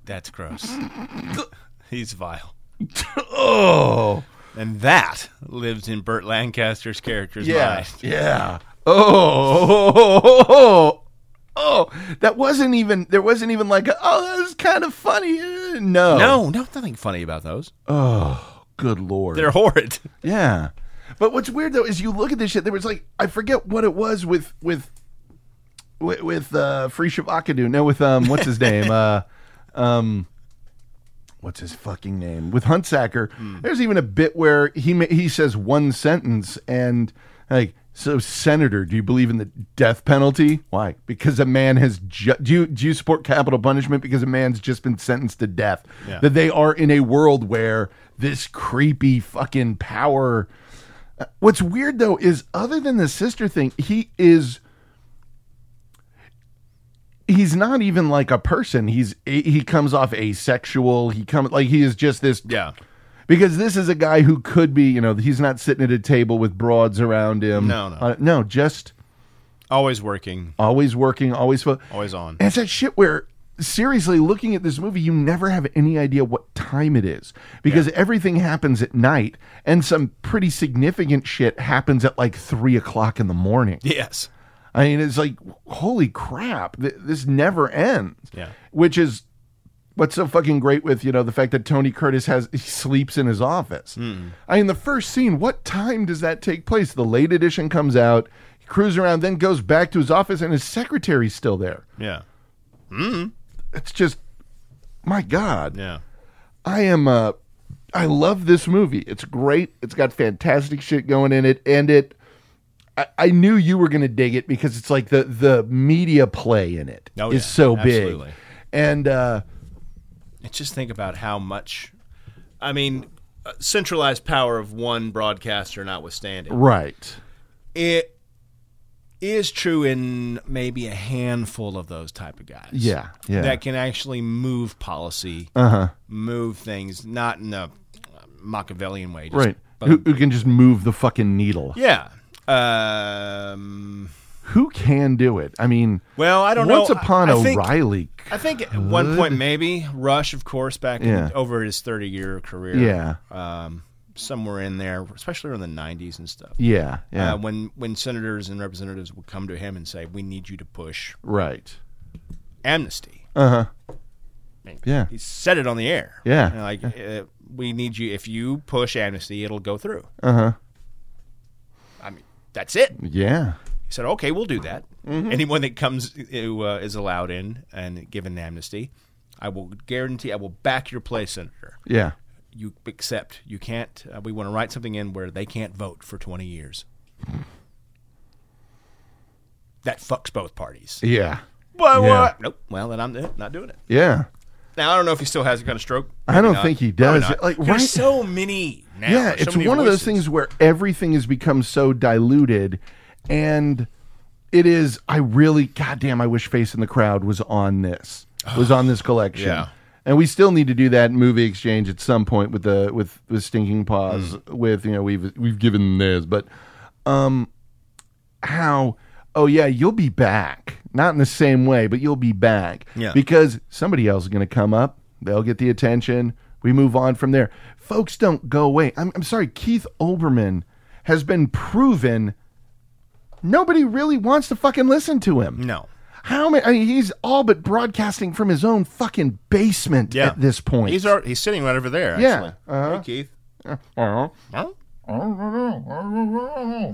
That's gross. He's vile.
Oh,
And that lives in Burt Lancaster's character's
yeah.
mind.
Yeah. Oh, oh, oh, oh. that wasn't even, there wasn't even like, a, oh, that was kind of funny. Uh, No.
No, no, nothing funny about those.
Oh, good Lord.
They're horrid.
Yeah. But what's weird though is you look at this shit. There was like I forget what it was with with with, with uh, Free Shavakadu. No, with um, what's his name? Uh, um, what's his fucking name with Huntsacker. There's even a bit where he ma- he says one sentence and like. So, Senator, do you believe in the death penalty? Why? Because a man has ju- do you do you support capital punishment because a man's just been sentenced to death?
Yeah.
That they are in a world where this creepy fucking power. Uh, What's weird though is other than the sister thing, he is he's not even like a person. He's a- he comes off asexual. He comes like he is just this.
Yeah.
Because this is a guy who could be, you know, he's not sitting at a table with broads around him.
No, no.
Uh, no, just
Always working,
always working, always. Fo-
always on.
and it's that shit where seriously looking at this movie, you never have any idea what time it is because everything happens at night, and some pretty significant shit happens at like three o'clock in the morning.
Yes.
I mean, it's like, holy crap, th- this never ends.
Yeah.
Which is what's so fucking great with, you know, the fact that Tony Curtis has, he sleeps in his office. I mean, the first scene, what time does that take place? The late edition comes out, he cruises around, then goes back to his office, and his secretary's still there.
Yeah.
It's just, my God.
Yeah.
I am uh I love this movie. It's great. It's got fantastic shit going in it and it I, I knew you were going to dig it because it's like the the media play in it is
Oh, yeah.
so big.
Absolutely.
And uh
And Just think about how much. I mean, uh, centralized power of one broadcaster notwithstanding.
right.
It is true in maybe a handful of those type of guys.
Yeah, yeah.
That can actually move policy,
Uh-huh.
move things, not in a Machiavellian way. just-
Right.
but-
Who, who can just move the fucking needle?
yeah. Um,
Who can do it? I mean,
Well, I don't
once
know. I-
upon
I think-
O'Reilly.
I think at one point maybe Rush, of course, back
Yeah.
in, over his thirty-year career.
Yeah.
um, somewhere in there, especially around the '90s and stuff.
Yeah, yeah.
Uh, when when senators and representatives would come to him and say, "We need you to push
right.
amnesty."
Uh-huh.
And
Yeah.
he said it on the air.
Yeah.
And like uh, we need you. If you push amnesty, it'll go through.
Uh-huh.
I mean, that's it.
Yeah.
He said, "Okay, we'll do that.
Mm-hmm.
Anyone that comes who uh, is allowed in and given amnesty, I will guarantee I will back your play, Senator.
Yeah.
You accept. You can't. Uh, we want to write something in where they can't vote for twenty years. That fucks both parties.
Yeah.
Well,
Yeah.
what? Nope. Well, then I'm not doing it.
Yeah.
Now I don't know if he still has a kind of stroke.
I
Maybe
don't
not.
think he
Probably
does.
not.
Like,
there's
right-
so many now.
Yeah,
There's so
it's
many
one of those
voices.
things where everything has become so diluted, and it is. I really, goddamn, I wish Face in the Crowd was on this. Was on this collection.
Yeah.
And we still need to do that movie exchange at some point with the with with Stinking Paws.
Mm.
With you know we've we've given this, but um, how? Oh yeah, you'll be back. Not in the same way, but you'll be back.
Yeah.
Because somebody else is going to come up. They'll get the attention. We move on from there. Folks don't go away. I'm, I'm sorry. Keith Olbermann has been proven. Nobody really wants to fucking listen to him.
No.
How many? I mean, he's all but broadcasting from his own fucking basement
Yeah.
at this point.
He's ar- he's sitting right over there.
Yeah,
Actually.
uh-huh.
Hey, Keith.
Uh-huh.
Huh?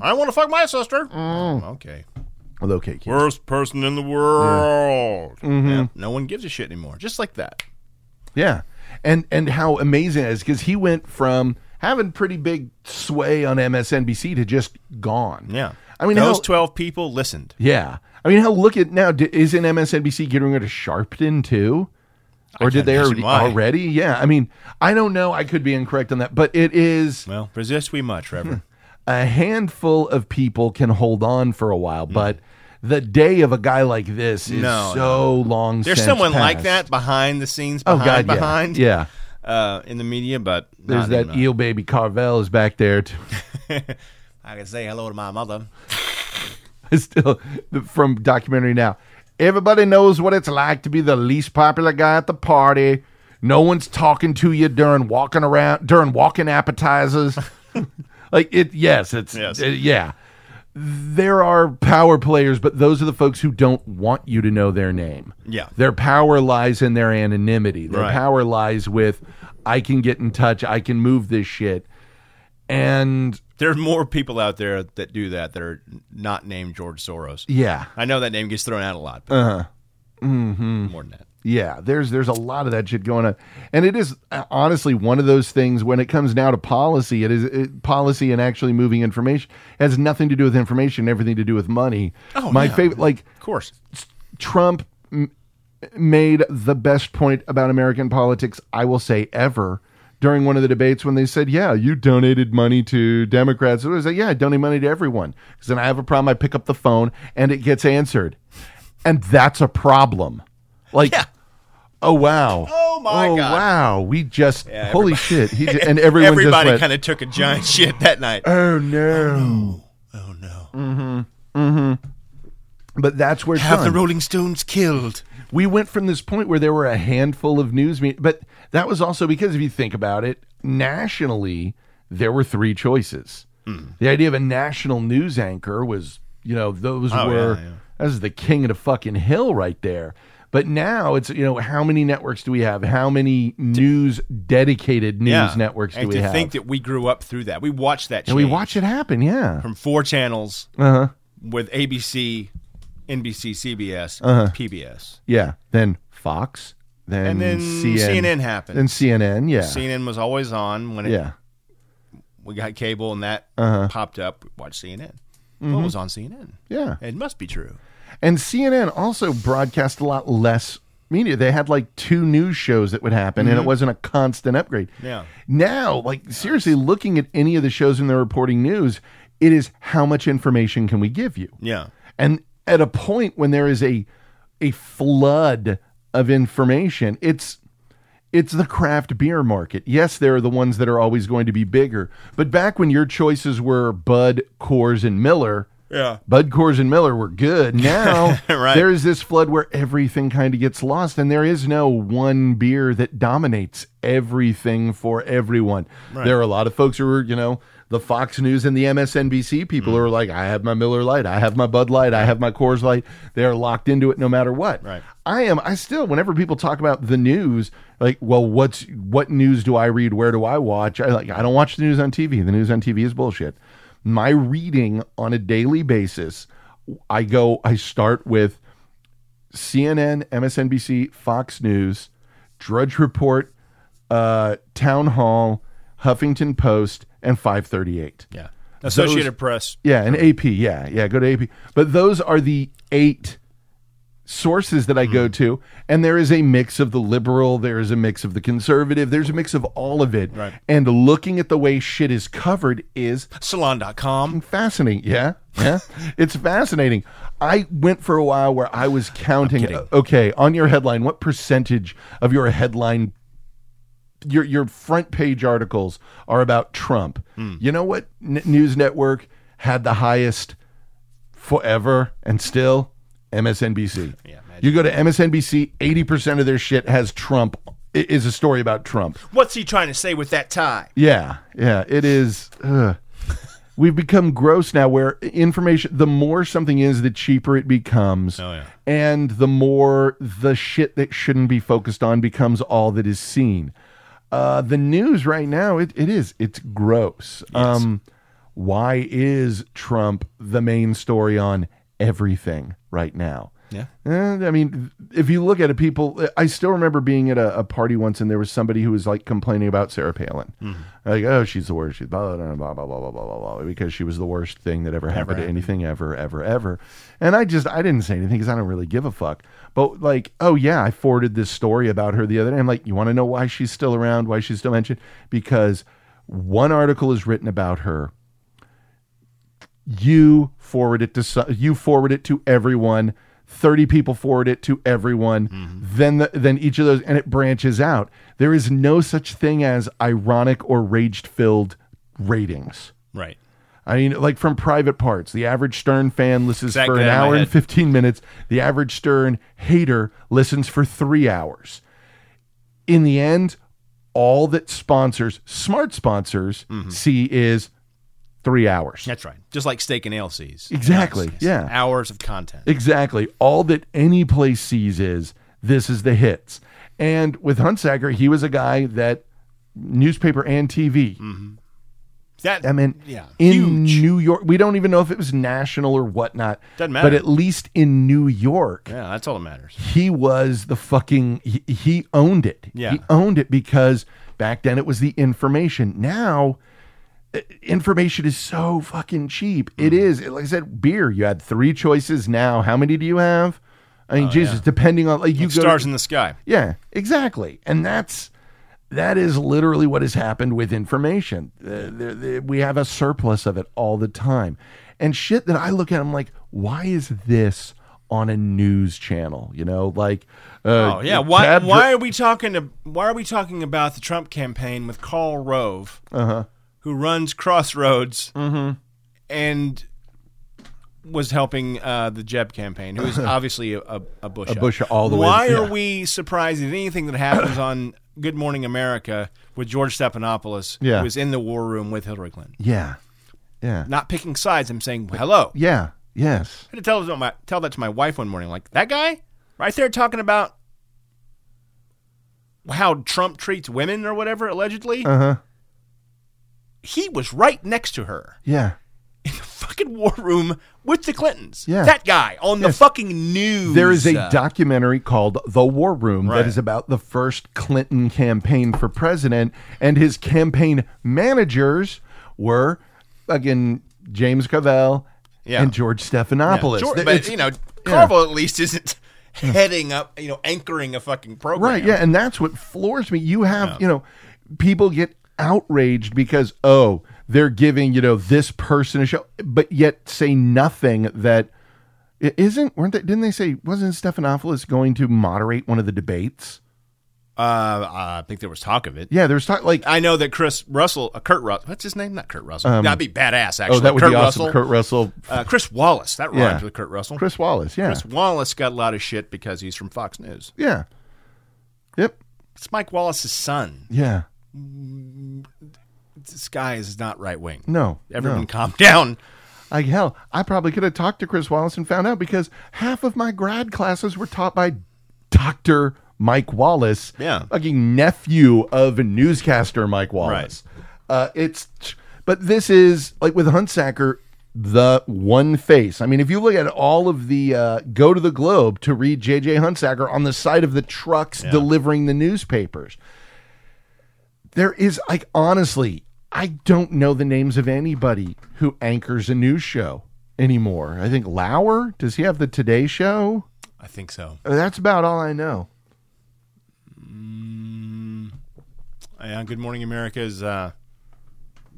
I want to fuck my sister.
Mm.
Okay.
Well, okay, Keith.
Worst person in the world.
Mhm.
Yeah, No one gives a shit anymore. Just like that.
Yeah. And and how amazing it is because he went from having pretty big sway on MSNBC to just gone.
Yeah.
I mean,
those
how-
12 people listened.
Yeah. I mean, how look at now d- isn't MSNBC getting rid of Sharpton too? Or did
can't
they
imagine
already,
why.
already? Yeah. I mean, I don't know. I could be incorrect on that, but it is
Well, resist we much, Trevor.
a handful of people can hold on for a while, but the day of a guy like this is
Mm. No,
so long.
There's
since
someone like
past.
that behind the scenes,
Oh,
behind,
God, yeah.
behind.
Yeah.
Uh, in the media, but
There's
not
that e-
in, uh,
eel baby Carvel is back there. too.
I can say hello to my mother.
still the- from documentary now. Everybody knows what it's like to be the least popular guy at the party. No one's talking to you during walking around during walking appetizers. like it, yes, it's
Yes.
uh, yeah. There are power players, but those are the folks who don't want you to know their name.
Yeah.
Their power lies in their anonymity. Their
Right.
power lies with I can get in touch, I can move this shit. And
There are more people out there that do that that are not named George Soros.
yeah.
I know that name gets thrown out a lot, but
Uh-huh. Mhm.
more than that.
Yeah, there's there's a lot of that shit going on, and it is uh, honestly one of those things when it comes down to policy. It is it, policy and actually moving information has nothing to do with information, everything to do with money.
Oh,
my
yeah.
favorite, like
Of course.
Trump m- made the best point about American politics, I will say, ever during one of the debates when they said, Yeah, you donated money to Democrats. It was like, Yeah, I donate money to everyone. Because then I have a problem. I pick up the phone and it gets answered. And that's a problem. Like, oh, wow.
Oh, my
Oh,
God.
wow. We just,
Yeah,
holy shit. He just, and everyone
everybody
just went,
kind of took a giant shit that night.
Oh, no.
Oh no.
Mm-hmm. Mm-hmm. But that's where it's
Have the
done.
Rolling Stones killed.
We went from this point where there were a handful of news media, but that was also because if you think about it, nationally there were three choices.
Hmm.
The idea of a national news anchor was, you know, those
Oh,
were
yeah, yeah.
that was the king of the fucking hill right there. But now it's you know how many networks do we have? How many news dedicated news
Yeah.
networks do
and
we
to
have?
think that we grew up through that. We watched that.
and we
change
watch it happen, yeah.
from four channels
Uh-huh.
with ABC, NBC, CBS,
Uh-huh.
PBS,
Yeah. Then Fox, then
and then
CN,
CNN happened.
Then CNN, yeah.
CNN was always on when it.
Yeah.
We got cable and that
Uh-huh.
popped up. We watched CNN. What
Mhm.
was on CNN?
Yeah.
it must be true.
And CNN also broadcast a lot less media. They had like two news shows that would happen, and
Mhm.
it wasn't a constant upgrade.
Yeah.
Now, like seriously, looking at any of the shows and they're reporting news, it is how much information can we give you?
Yeah.
And at a point when there is a a flood of information, it's it's the craft beer market. Yes, there are the ones that are always going to be bigger. But back when your choices were Bud, Coors, and Miller,
Yeah.
Bud Coors and Miller were good. Now
Right.
there is this flood where everything kind of gets lost, and there is no one beer that dominates everything for everyone.
Right.
There are a lot of folks who are, you know, the Fox News and the MSNBC
Mm.
people who are like, I have my Miller Light, I have my Bud Light, I have my Coors Light. They are locked into it no matter what.
Right.
I am. I still. Whenever people talk about the news, like, well, what's what news do I read? Where do I watch? I like. I don't watch the news on TV. The news on TV is bullshit. My reading on a daily basis, I go. I start with CNN, MSNBC, Fox News, Drudge Report, uh, Town Hall, Huffington Post, and Five Thirty Eight.
Yeah. Associated Press.
Yeah, and AP. Yeah, yeah. Go to AP. But those are the eight sources that I go to, and there is a mix of the liberal, there is a mix of the conservative, there's a mix of all of it. Right. And looking at the way shit is covered is
salon.com.
Fascinating. Yeah. Yeah. it's fascinating. I went for a while where I was counting
kidding.
okay, on your headline, what percentage of your headline your your front page articles are about Trump. You know what n- news network had the highest forever and still MSNBC. Yeah, you go to MSNBC, 80% of their shit has Trump i- is a story about Trump.
What's he trying to say with that tie?
Yeah, yeah, it is. Ugh. We've become gross now where information, the more something is, the cheaper it becomes.
Oh, yeah.
And the more the shit that shouldn't be focused on becomes all that is seen. Uh, the news right now, it, it is. It's gross. Um, why is Trump the main story on everything right now?
Yeah.
Eh, I mean, if you look at it, people. I still remember being at a, a party once, and there was somebody who was like complaining about Sarah Palin, like, "Oh, she's the worst. She's blah blah blah blah blah blah blah blah blah," because she was the worst thing that ever happened to
happened.
anything ever ever ever. And I just I didn't say anything because I don't really give a fuck. But like, oh yeah, I forwarded this story about her the other day. I'm like, you want to know why she's still around? Why she's still mentioned? Because one article is written about her you forward it to so- you forward it to everyone 30 people forward it to everyone
Mm-hmm.
then the, then each of those and it branches out there is no such thing as ironic or rage filled ratings
Right.
I mean, like from private parts, the average Stern fan listens
Exactly
for an
out of my
hour and
head.
15 minutes. The average Stern hater listens for three hours. In the end, all that sponsors, smart sponsors,
Mm-hmm.
see is three hours.
That's right. Just like steak and ale sees.
Exactly, yeah.
Hours of content.
Exactly. All that any place sees is this is the hits. And with Huntsacker, he was a guy that newspaper and TV
That-
I mean,
Mm. yeah,
in New York, we don't even know if it was national or whatnot.
Doesn't matter.
But at least in New York,
Yeah, that's all that matters.
he was the fucking he, he owned it.
Yeah.
He owned it because back then it was the information. Now i- information is so fucking cheap. It
Mm-hmm.
is. Like I said, beer, you had three choices now. How many do you have? I mean,
Oh,
Jesus,
yeah.
depending on like you
Like
go
stars in the sky.
Yeah, exactly. And that's that is literally what has happened with information. Uh, there- there- we have a surplus of it all the time. And shit that I look at, I'm like, why is this on a news channel? You know, like, uh,
Oh yeah, why
cab dri-
why are we talking to why are we talking about the Trump campaign with Carl Rove,
Uh-huh. Mm-hmm.
who runs Crossroads, and was helping uh, the Jeb campaign, who is obviously a, a, a Bush.
A
up.
Bush all the way-
Why are
yeah.
we surprised at anything that happens on Good Morning America with George Stephanopoulos,
Yeah.
who was in the war room with Hillary Clinton?
Yeah, yeah,
Not picking sides, I'm saying hello.
yeah, yes.
I had to tell, this to my- tell that to my wife one morning. Like, that guy right there talking about how Trump treats women or whatever, allegedly,
Uh huh.
he was right next to her.
Yeah.
Fucking war room with the Clintons.
Yeah.
That guy on the fucking news.
There is a
Uh,
documentary called The War Room
Right.
that is about the first Clinton campaign for president, and his campaign managers were again James Cavell
Yeah.
and George
yeah,
Stephanopoulos.
George-
Th-
but,
it's-
you know, Carville at least isn't heading up, you know, anchoring a fucking program.
Right, yeah, and that's what floors me. You have, you know, people get outraged because oh, they're giving, you know, this person a show, but yet say nothing that i- isn't weren't they didn't they say wasn't Stephanopoulos going to moderate one of the debates?
Uh, I think there was talk of it.
Yeah, there's talk like
I know that Chris Russell, uh, Kurt Russell, what's his name? Not Kurt Russell.
Um,
That'd be badass, actually.
Oh, that would
Kurt
be awesome.
Russell.
Kurt Russell.
Uh, Chris Wallace. That
Yeah.
rhymes with Kurt Russell.
Chris Wallace, yeah.
Chris Wallace got a lot of shit because he's from Fox News.
Yeah. Yep.
It's Mike Wallace's son.
Yeah.
This guy is not right wing.
No.
Everyone
no.
calm down.
Like hell, I probably could have talked to Chris Wallace and found out because half of my grad classes were taught by Doctor Mike Wallace.
Yeah.
Fucking nephew of newscaster Mike Wallace. Uh, it's but this is like with Huntsacker the one face. I mean, if you look at all of the uh, go to the Globe to read JJ Huntsacker on the side of the trucks delivering the newspapers, there is like honestly i don't know the names of anybody who anchors a news show anymore i think lauer does he have the today show
I think so.
Uh, that's about all i know
Uh, Good Morning America is uh,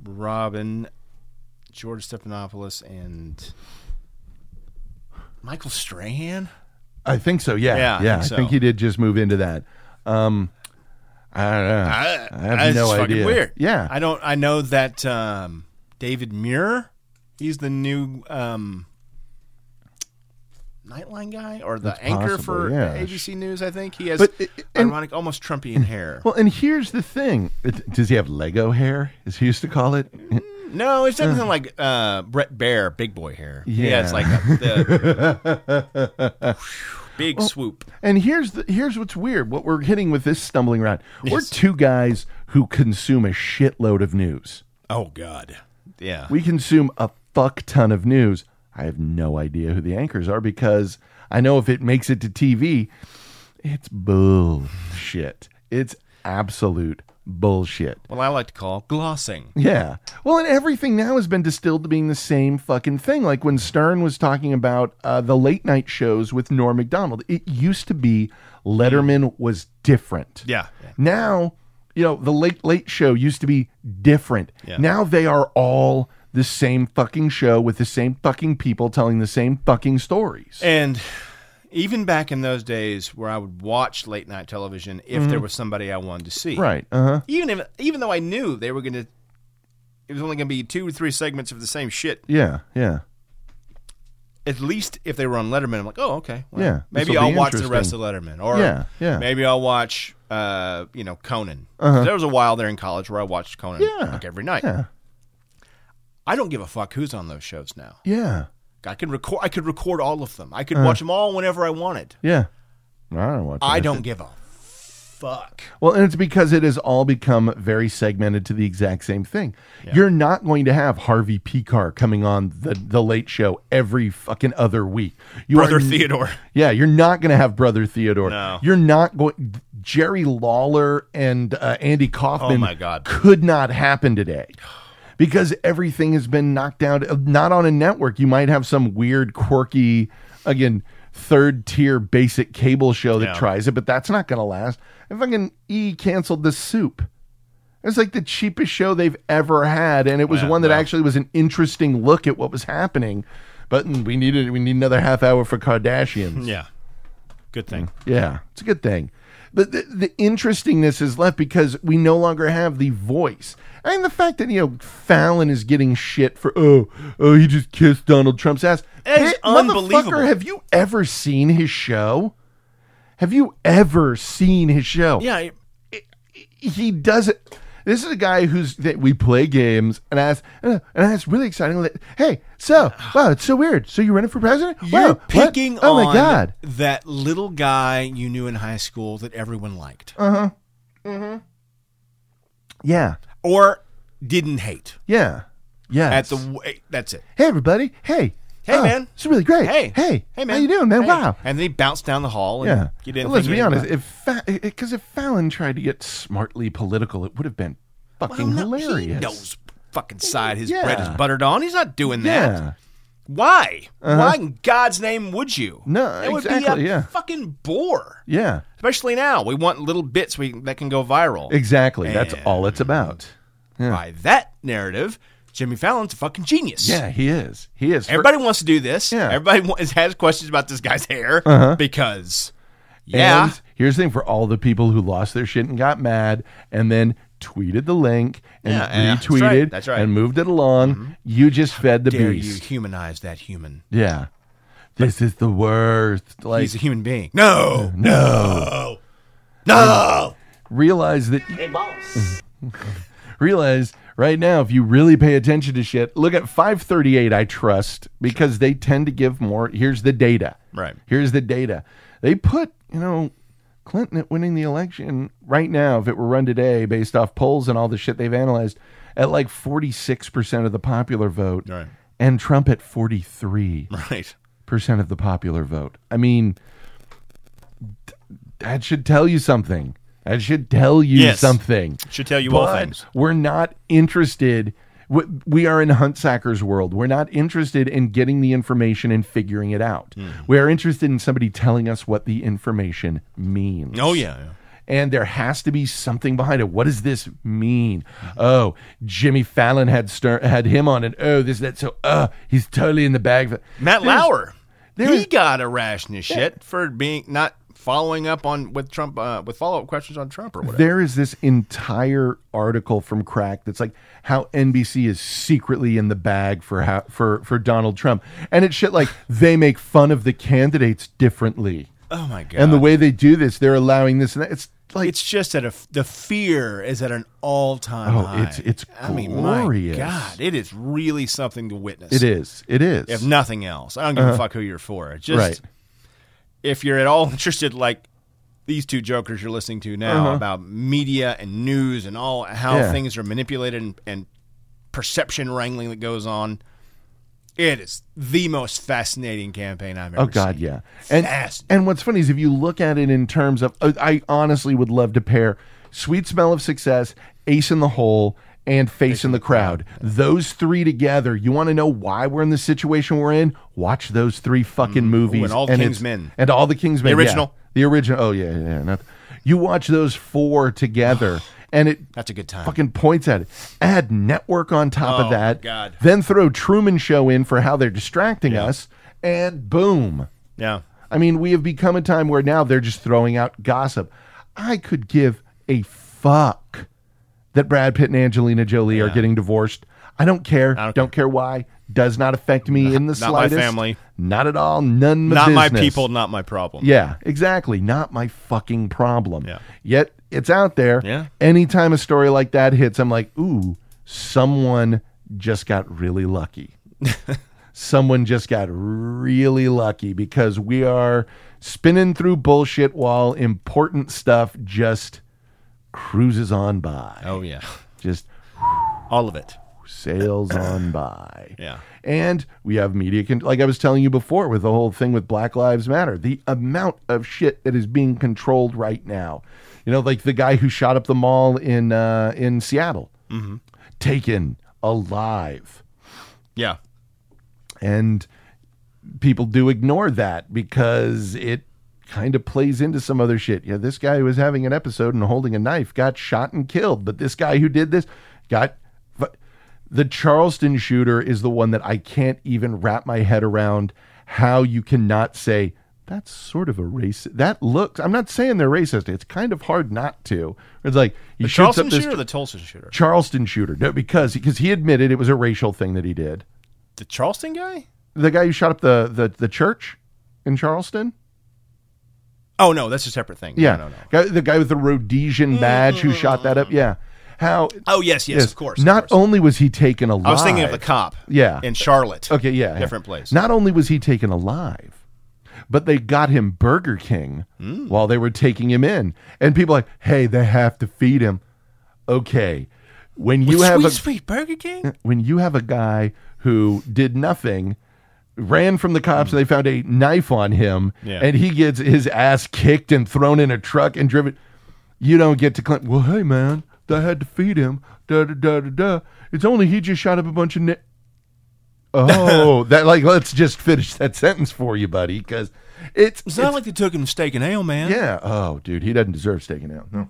Robin, George Stephanopoulos, and Michael Strahan.
i think so yeah
Yeah, I
yeah,
think
i,
so.
think he did just move into that um i don't know
I,
i, have
that's
no
fucking
idea
Weird.
yeah
I don't. I know that um, David Muir. He's the new um, Nightline guy or the
That's
anchor
possible,
for
yeah.
ABC News. I think he has
But it- and-
ironic, almost Trumpian hair.
well and here's the thing It- does he have lego hair as he used to call it
No, it's nothing like uh, Brett Bear, big boy hair. Yeah, he
Yeah.
has like a, the big
Well,
swoop.
And here's the, here's w's weird. What we're hitting with this stumbling around. We're two guys who consume a shitload of news.
Oh God, yeah.
We consume a fuck ton of news. I have no idea who the anchors are because I know if it makes it to TV, it's bullshit. It's absolute bullshit.
well, I like to call glossing.
Yeah. Well, and everything now has been distilled to being the same fucking thing. Like when Stern was talking about uh, the late night shows with Norm MacDonald, it used to be Letterman was different.
Yeah.
Now, you know, the late late show used to be different.
Yeah.
Now they are all the same fucking show with the same fucking people telling the same fucking stories.
And even back in those days where I would watch late night television if
Mhm.
there was somebody I wanted to see.
Right. Uh-huh.
Even if even though I knew they were gonna it was only gonna be two or three segments of the same shit.
Yeah, yeah.
At least if they were on Letterman, I'm like, oh okay. well,
Yeah, this'll
Maybe
be
I'll watch the rest of
interesting.
Letterman. Or
Yeah, yeah.
maybe I'll watch uh, you know, Conan.
Uh-huh.
There was a while there in college where I watched Conan
Yeah,
like every night.
yeah.
I don't give a fuck who's on those shows now.
Yeah.
I can record I could record all of them. I could
Uh-huh.
watch them all whenever I wanted.
Yeah. I don't watch
I
that
don't
shit.
give a fuck.
Well, and it's because it has all become very segmented to the exact same thing. You're not going to have Harvey Pekar coming on the, the late show every fucking other week. You
Brother
are-
Theodore.
Yeah, you're not going to have Brother Theodore.
No.
You're not going. Jerry Lawler and uh, Andy Kaufman
Oh, my God.
could not happen today because everything has been knocked down. uh, Not on a network. You might have some weird, quirky, again, third tier basic cable show that
Yeah.
tries it, but that's not going to last. And fucking E canceled the soup. It's like the cheapest show they've ever had, and it was
Yeah,
one that
well.
actually was an interesting look at what was happening. But mm, we needed we need another half hour for Kardashians.
Yeah. Good thing.
Yeah, it's a good thing. But the, the interestingness is left because we no longer have the voice. And the fact that, you know, Fallon is getting shit for, oh, oh, he just kissed Donald Trump's ass.
That is
Hey, motherfucker,
unbelievable.
Have you ever seen his show? Have you ever seen his show?
Yeah. it-
he does it. This is a guy who's that we play games and ask uh, and that's really exciting. Like, Hey, so wow, it's so weird. So you running for president?
You're
wow, what?
picking
Oh my
on
god!
that little guy you knew in high school that everyone liked
Uh huh. Yeah,
or didn't hate.
yeah, yeah.
At the w- eh, that's it.
hey everybody, hey,
Hey,
Oh,
man.
it's really great.
Hey.
hey,
Hey man.
how you doing, man?
Hey.
Wow.
And then he bounced down the hall and
Yeah,
you didn't
Well, let's
think
be honest.
anything
If because if Fallon tried to get smartly political, it would have been fucking
about it.
hilarious.
He knows fucking side his
Yeah.
bread is buttered on. He's not doing that.
Yeah,
Why?
Uh-huh.
Why in God's name would you?
No,
that would
exactly,
be a
yeah.
fucking bore.
yeah.
Especially now, we want little bits we, that can go viral.
Exactly. That's
And
all it's about. Yeah.
By that narrative, Jimmy Fallon's a fucking genius.
Yeah, he is. He is. For-
Everybody wants to do this.
Yeah.
Everybody wa- has questions about this guy's hair
Uh-huh.
because, yeah,
And here's the thing for all the people who lost their shit and got mad and then tweeted the link and
Yeah, yeah, that's
retweeted
right, that's right. Mm-hmm.
and moved it along, you just fed the
dare you
beast.
humanize that human?
Yeah. This is the worst. Like
He's a human being. No,
No.
no.
realize that
Hey, boss.
realize right now if you really pay attention to shit, look at 538 I trust because they tend to give more. Here's the data.
Right.
Here's the data. They put, you know, Clinton at winning the election right now, if it were run today based off polls and all the shit they've analyzed, at like 46% of the popular vote
Right.
and Trump at 43%
Right.
of the popular vote. I mean, th- that should tell you something. That should tell you
Yes.
something.
Should tell you all
But
things.
We're not interested. we- We are in Huntsacker's world. We're not interested in getting the information and figuring it out.
Hmm.
We are interested in somebody telling us what the information means.
Oh yeah. yeah.
And there has to be something behind it. What does this mean? Oh, Jimmy Fallon had Stern, had him on, and oh, this that. So, uh, he's totally in the bag.
Matt
There's-
Lauer.
there's-
he got a ration of shit for being not following up on with Trump uh, with follow up questions on Trump or whatever.
There is this entire article from Crack that's like how NBC is secretly in the bag for how, for for Donald Trump, and it's shit like they make fun of the candidates differently,
oh my god!
and the way they do this, they're allowing this and that. It's like
it's just at a f- the fear is at an all time.
Oh, it's- it's
I mean, my
glorious.
God, it is really something to witness.
it is, it is.
If nothing else, I don't give
Uh-huh.
a fuck who you're for. Just
Right.
if you're at all interested, like these two jokers you're listening to now
Uh-huh.
about media and news and all how
Yeah.
things are manipulated and, and perception wrangling that goes on. It is the most fascinating campaign I've ever
Oh God,
seen.
yeah. And
Fascinating.
and what's funny is if you look at it in terms of, uh, I honestly would love to pair "Sweet Smell of Success," "Ace in the Hole," and "Face, in the Crowd." Those three together. You want to know why we're in the situation we're in? Watch those three fucking movies.
Mm. and All the
it's-
King's Men.
And all the King's Men. yeah.
original.
The original. Oh yeah, yeah. yeah, not- you watch those four together, and it
That's a good time.
Uh. fucking points at it. Add network on top
Oh,
of that.
God.
Then throw Truman Show in for how they're distracting us, and boom.
yeah.
I mean, we have become a time where now they're just throwing out gossip. I could give a fuck that Brad Pitt and Angelina Jolie are getting divorced. I don't care.
I
don't,
don't
care why. Does not affect me in the
not my
slightest.
family.
Not at all. None.
not my
business.
people, not my problem.
Yeah, exactly. Not my fucking problem.
Yeah.
Yet it's out there.
Yeah.
Anytime a story like that hits, I'm like, ooh, someone just got really lucky. someone just got really lucky because we are spinning through bullshit while important stuff just cruises on by.
Oh yeah.
Just
all of it
sails on by.
Yeah.
And we have media, con- like I was telling you before, with the whole thing with Black Lives Matter, the amount of shit that is being controlled right now. You know, like the guy who shot up the mall in uh, in Seattle,
Mhm.
taken alive,
Yeah.
and people do ignore that because it kind of plays into some other shit. Yeah, this guy who was having an episode and holding a knife got shot and killed, but this guy who did this got fu- the Charleston shooter is the one that I can't even wrap my head around how you cannot say that's sort of a racist. That looks. I'm not saying they're racist. It's kind of hard not to. It's like he
The
shoots
Charleston
up this
shooter or the Tulsa shooter?
Charleston shooter. No, because because he admitted it was a racial thing that he did.
The Charleston guy?
The guy who shot up the the, the church in Charleston.
Oh no, that's a separate thing.
Yeah,
No, no, no.
Guy- the guy with the Rhodesian badge who shot that up. Yeah. How?
Mm. Oh, yes, yes, of course, of
Not only was he taken alive.
I was thinking of the cop.
Yeah.
In Charlotte.
Okay, yeah, yeah.
Different place.
Not only was he taken alive, but they got him Burger King
Mm.
while they were taking him in, and people are like, hey, they have to feed him. Okay, when you
Well,
have
sweet,
a
sweet Burger King.
when you have a guy who did nothing, ran from the cops, and they found a knife on him,
Yeah.
and he gets his ass kicked and thrown in a truck and driven. You don't get to claim, well, hey, man, they had to feed him. Da da da da da. It's only he just shot up a bunch of. Ni- oh, that like let's just finish that sentence for you, buddy, because it's
It's not like they took him to steak and ale, man.
yeah. Oh, dude, he doesn't deserve staking out. No.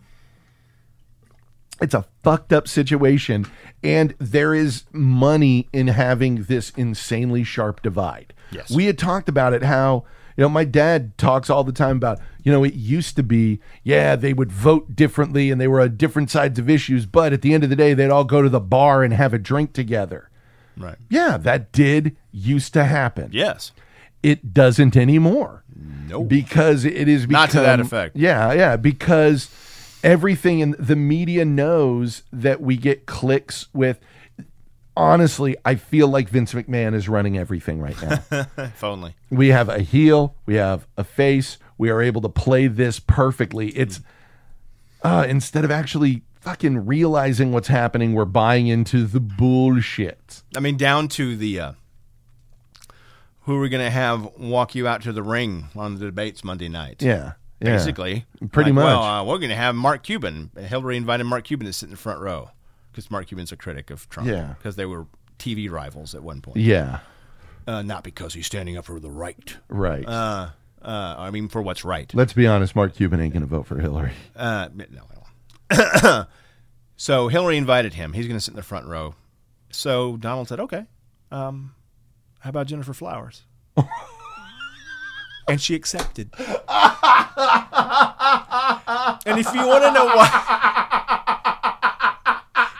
It's a fucked up situation, and there is money in having this insanely sharp divide.
Yes.
We had talked about it how, you know, my dad talks all the time about, you know, it used to be, yeah, they would vote differently and they were on different sides of issues, but at the end of the day, they'd all go to the bar and have a drink together.
Right.
Yeah, that did used to happen.
Yes.
It doesn't anymore.
No.
Because it is become,
Not to that effect.
Yeah, yeah. Because everything in the media knows that we get clicks with. Honestly, I feel like Vince McMahon is running everything right now.
if only.
we have a heel, we have a face. We are able to play this perfectly. It's uh, instead of actually fucking realizing what's happening, we're buying into the bullshit.
I mean, down to the uh, who are we going to have walk you out to the ring on the debates Monday night?
Yeah, yeah.
basically,
Pretty
Like,
much.
Well, uh, we're going to have Mark Cuban. Hillary invited Mark Cuban to sit in the front row because Mark Cuban's a critic of Trump.
Yeah.
because they were TV rivals at one point.
Yeah.
uh, not because he's standing up for the right.
Right.
Uh, uh, I mean, for what's right.
Let's be honest, Mark Cuban ain't going to vote for Hillary.
Uh, no, I won't. so Hillary invited him. He's going to sit in the front row. So Donald said, "Okay, um, how about Jennifer Flowers?" and she accepted. and if you want to know why,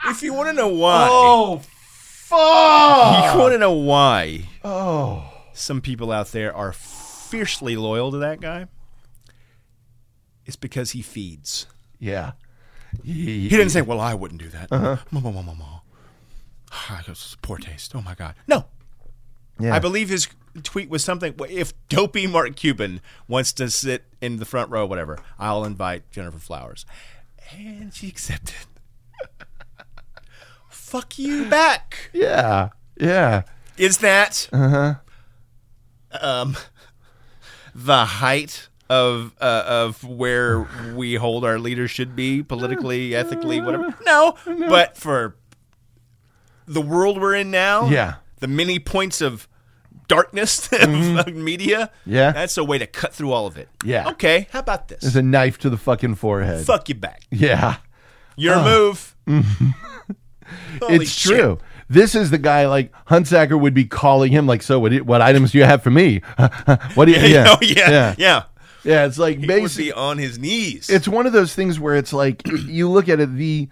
if you want to know why,
Oh,
you
fuck!
want to know why
Oh.
some people out there are fiercely loyal to that guy. It's because he feeds.
Yeah.
He didn't Uh-huh. say, "Well, I wouldn't do that." Ma, ma, ma, ma, ma. Ah, that's Poor taste. Oh my god. No,
Yeah.
I believe his tweet was something. "Well, If dopey Mark Cuban wants to sit in the front row, whatever, I'll invite Jennifer Flowers, and she accepted. Fuck you back.
Yeah. Yeah.
Is that
Uh huh.
um, the height of uh, of where we hold our leaders should be politically, ethically, whatever. No, but for the world we're in now,
Yeah.
the many points of darkness of media,
Mm-hmm. Yeah.
that's a way to cut through all of it.
Yeah.
Okay, how about this?
There's a knife to the fucking forehead.
Fuck you back.
Yeah.
Your move. Holy
Uh. it's
shit.
true. This is the guy like Huntsacker would be calling him like, so what? What items do you have for me? what do you? Yeah.
Oh, yeah, yeah,
Yeah, It's like
He would
basically,
be on his knees.
it's one of those things where it's like you look at it the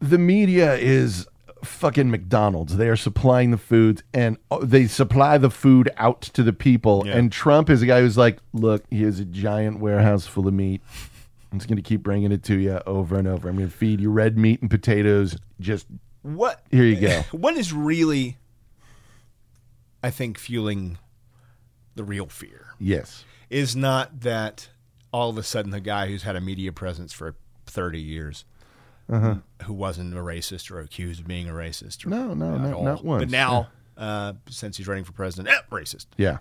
the media is fucking McDonald's. They are supplying the foods and uh, they supply the food out to the people. And Trump is a guy who's like, look, here's a giant warehouse full of meat. I'm just going to keep bringing it to you over and over. I'm going to feed you red meat and potatoes. Just
what
here you go.
what is really i think fueling the real fear
Yes.
is not that all of a sudden the guy who's had a media presence for 30 years
Uh-huh.
who wasn't a racist or accused of being a racist or
No, no,
at
not-
all.
not once,
but now uh, since he's running for president eh, racist
Yeah.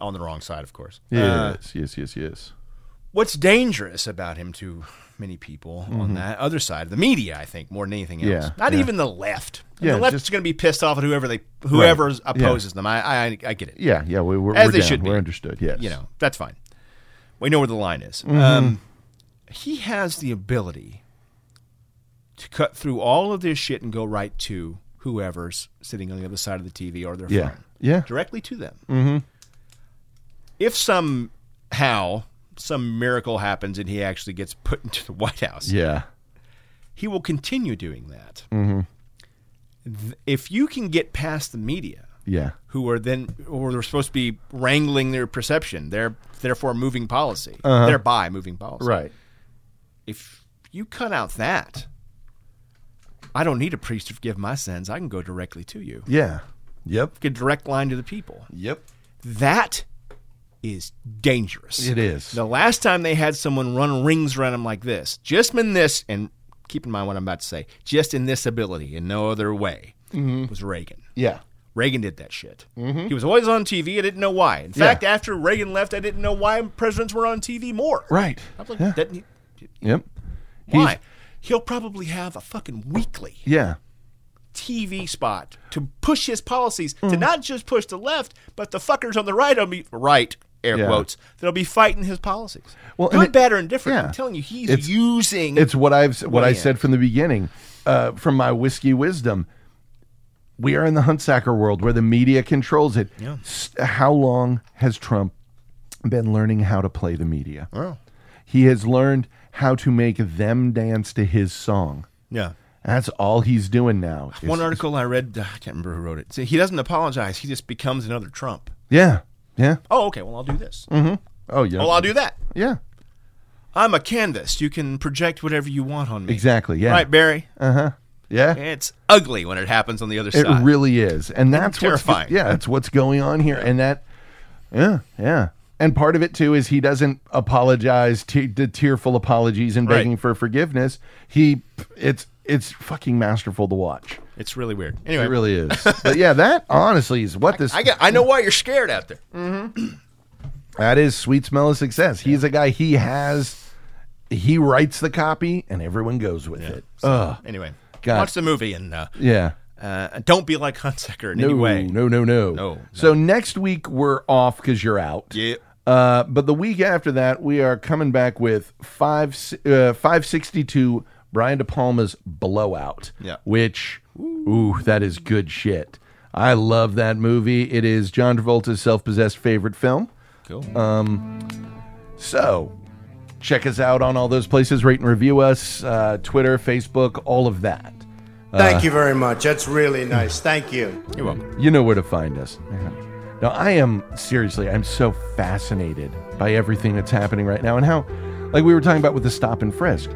on the wrong side of course Uh,
Yes. yes. Yes. Yes.
what's dangerous about him to many people on
Mhm.
that other side of the media i think more than anything else
Yeah,
not
yeah.
even the left And
Yeah,
the left's
just-
going to be pissed off at whoever they whoever
Right. Yeah.
opposes them I, I i get it
Yeah. Yeah. We, we're
as
we're
they
down.
should be.
We're understood. Yes.
You know, that's fine. We know where the line is.
Mhm.
Um, he has the ability to cut through all of this shit and go right to whoever's sitting on the other side of the TV or their
Yeah.
phone.
Yeah.
Directly to them.
Mm-hmm.
If somehow some miracle happens and he actually gets put into the White House,
Yeah.
he will continue doing that.
Mm-hmm.
Th- If you can get past the media,
Yeah.
who are then or they're supposed to be wrangling their perception. They're therefore moving policy,
Uh-huh.
thereby moving policy.
Right.
If you cut out that, I don't need a priest to forgive my sins. I can go directly to you.
Yeah. Yep.
Get a direct line to the people.
Yep.
That is dangerous.
It is.
The last time they had someone run rings around him like this, just in this, and keep in mind what I'm about to say, just in this ability and no other way,
Mhm.
was Reagan.
Yeah.
Reagan did that shit.
Mhm.
He was always on TV. I didn't know why. In
Yeah.
fact, after Reagan left, I didn't know why presidents were on TV more.
Right.
I was like,
Yeah.
doesn't he,
Yep.
why? He'll probably have a fucking weekly
Yeah.
TV spot to push his policies to
Hmm.
not just push the left, but the fuckers on the right will be right air
Yeah.
quotes that'll be fighting his policies.
Well,
Well,
and
good,
it-
bad, or indifferent.
yeah.
I'm telling you, he's
It's-
using.
It's what I've what I
Land.
said from the beginning, uh, from my whiskey wisdom. We are in the huntsacker world where the media controls it.
Yeah.
S- How long has Trump been learning how to play the media?
Well.
He has learned how to make them dance to his song.
Yeah.
That's all he's doing now. is-
One article I read, uh, I can't remember who wrote it. See, he doesn't apologize. He just becomes another Trump.
yeah. Yeah.
Oh, okay. Well, I'll do this.
Mm-hmm. Oh yeah.
Well, I'll do that.
Yeah.
I'm a canvas. You can project whatever you want on me.
Exactly. Yeah.
Right, Barry.
Uh huh. Yeah.
It's ugly when it happens on the other
It
side.
really is, and that's
terrifying.
What's, yeah, it's what's going on here, and that, yeah, yeah, and part of it too is he doesn't apologize to the tearful apologies and
Right.
begging for forgiveness. He, it's it's fucking masterful to watch.
It's really weird. Anyway,
it really is. but yeah, that honestly is what this.
I got, I know why you're scared out there.
That is sweet smell of success. He's a guy. He has, he writes the copy, and everyone goes with it. Ugh.
Anyway,
God.
watch the movie and uh,
Yeah.
uh, don't be like Hunsaker in
no,
any way.
No, no, no.
No,
So next week we're off because you're out.
Yeah.
Uh, but the week after that, we are coming back with five uh, five sixty two Brian De Palma's blowout.
Yeah.
Which, ooh, that is good shit. I love that movie. It is John Travolta's self possessed favorite film.
Cool.
Um, so check us out on all those places. Rate and review us. Uh, Twitter, Facebook, all of that.
Thank
Uh,
you very much. That's really nice. Thank you.
You're welcome. Uh-huh.
you know where to find us. Now, I am seriously, I'm so fascinated by everything that's happening right now and how, like we were talking about with the stop and frisk,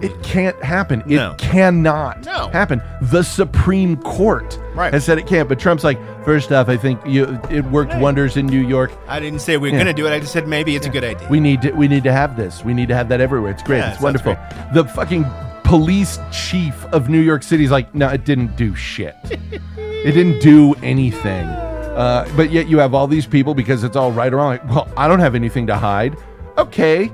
it can't happen.
No.
It cannot
No.
happen. The Supreme Court
Right.
has said it can't. But Trump's like, first off, I think you, it worked wonders in New York.
I didn't say we were
Yeah.
going to do it. I just said maybe it's a good idea.
We need to, we need to have this. We need to have that everywhere. It's great.
Yeah,
it's
it sounds
wonderful. The fucking police chief of New York City is like, no, it didn't do shit. it didn't do anything. Uh, but yet you have all these people because it's all right or wrong. Like, well, I don't have anything to hide. Okay.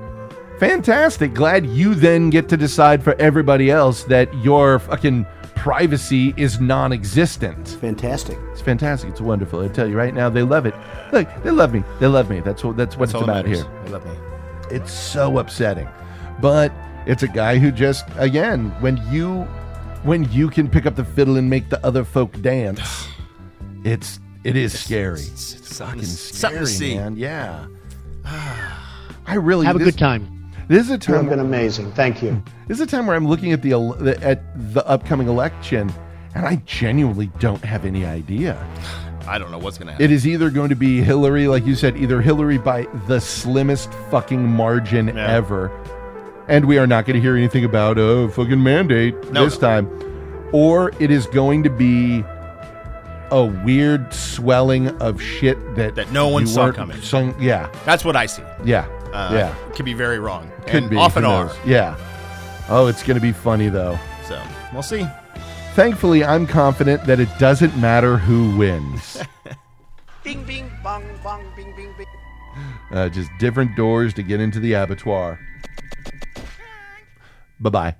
Fantastic. Glad you then get to decide for everybody else that your fucking privacy is non existent. Fantastic. It's fantastic. It's wonderful. I tell you right now, they love it. Look, they love me. They love me. That's what that's what
That's
it's
all that
about
matters.
here.
They love me.
It's so upsetting. But it's a guy who just again, when you when you can pick up the fiddle and make the other folk dance, it's it is scary. It's, fucking scary,
something to see.
man. Yeah. I really
Have a
this-
good time.
This is a time.
been amazing. Thank you.
This is a time where I'm looking at the el- the- at the upcoming election, and I genuinely don't have any idea.
I don't know what's going to happen.
It is either going to be Hillary, like you said, either Hillary by the slimmest fucking margin
Yeah.
ever. And we are not going to hear anything about a fucking mandate
No,
this
no.
time. Or it is going to be a weird swelling of shit that
That no one
you
saw
weren't
coming.
sung- yeah,
That's what I see.
yeah,
Uh,
yeah.
Could be very wrong.
Could
and
be
Off
who
and on.
knows? Yeah. Oh, it's gonna be funny though.
So we'll see.
Thankfully, I'm confident that it doesn't matter who wins.
Bing, bing, bong, bong, bing, bing, bing.
uh, just different doors to get into the abattoir. Bye bye.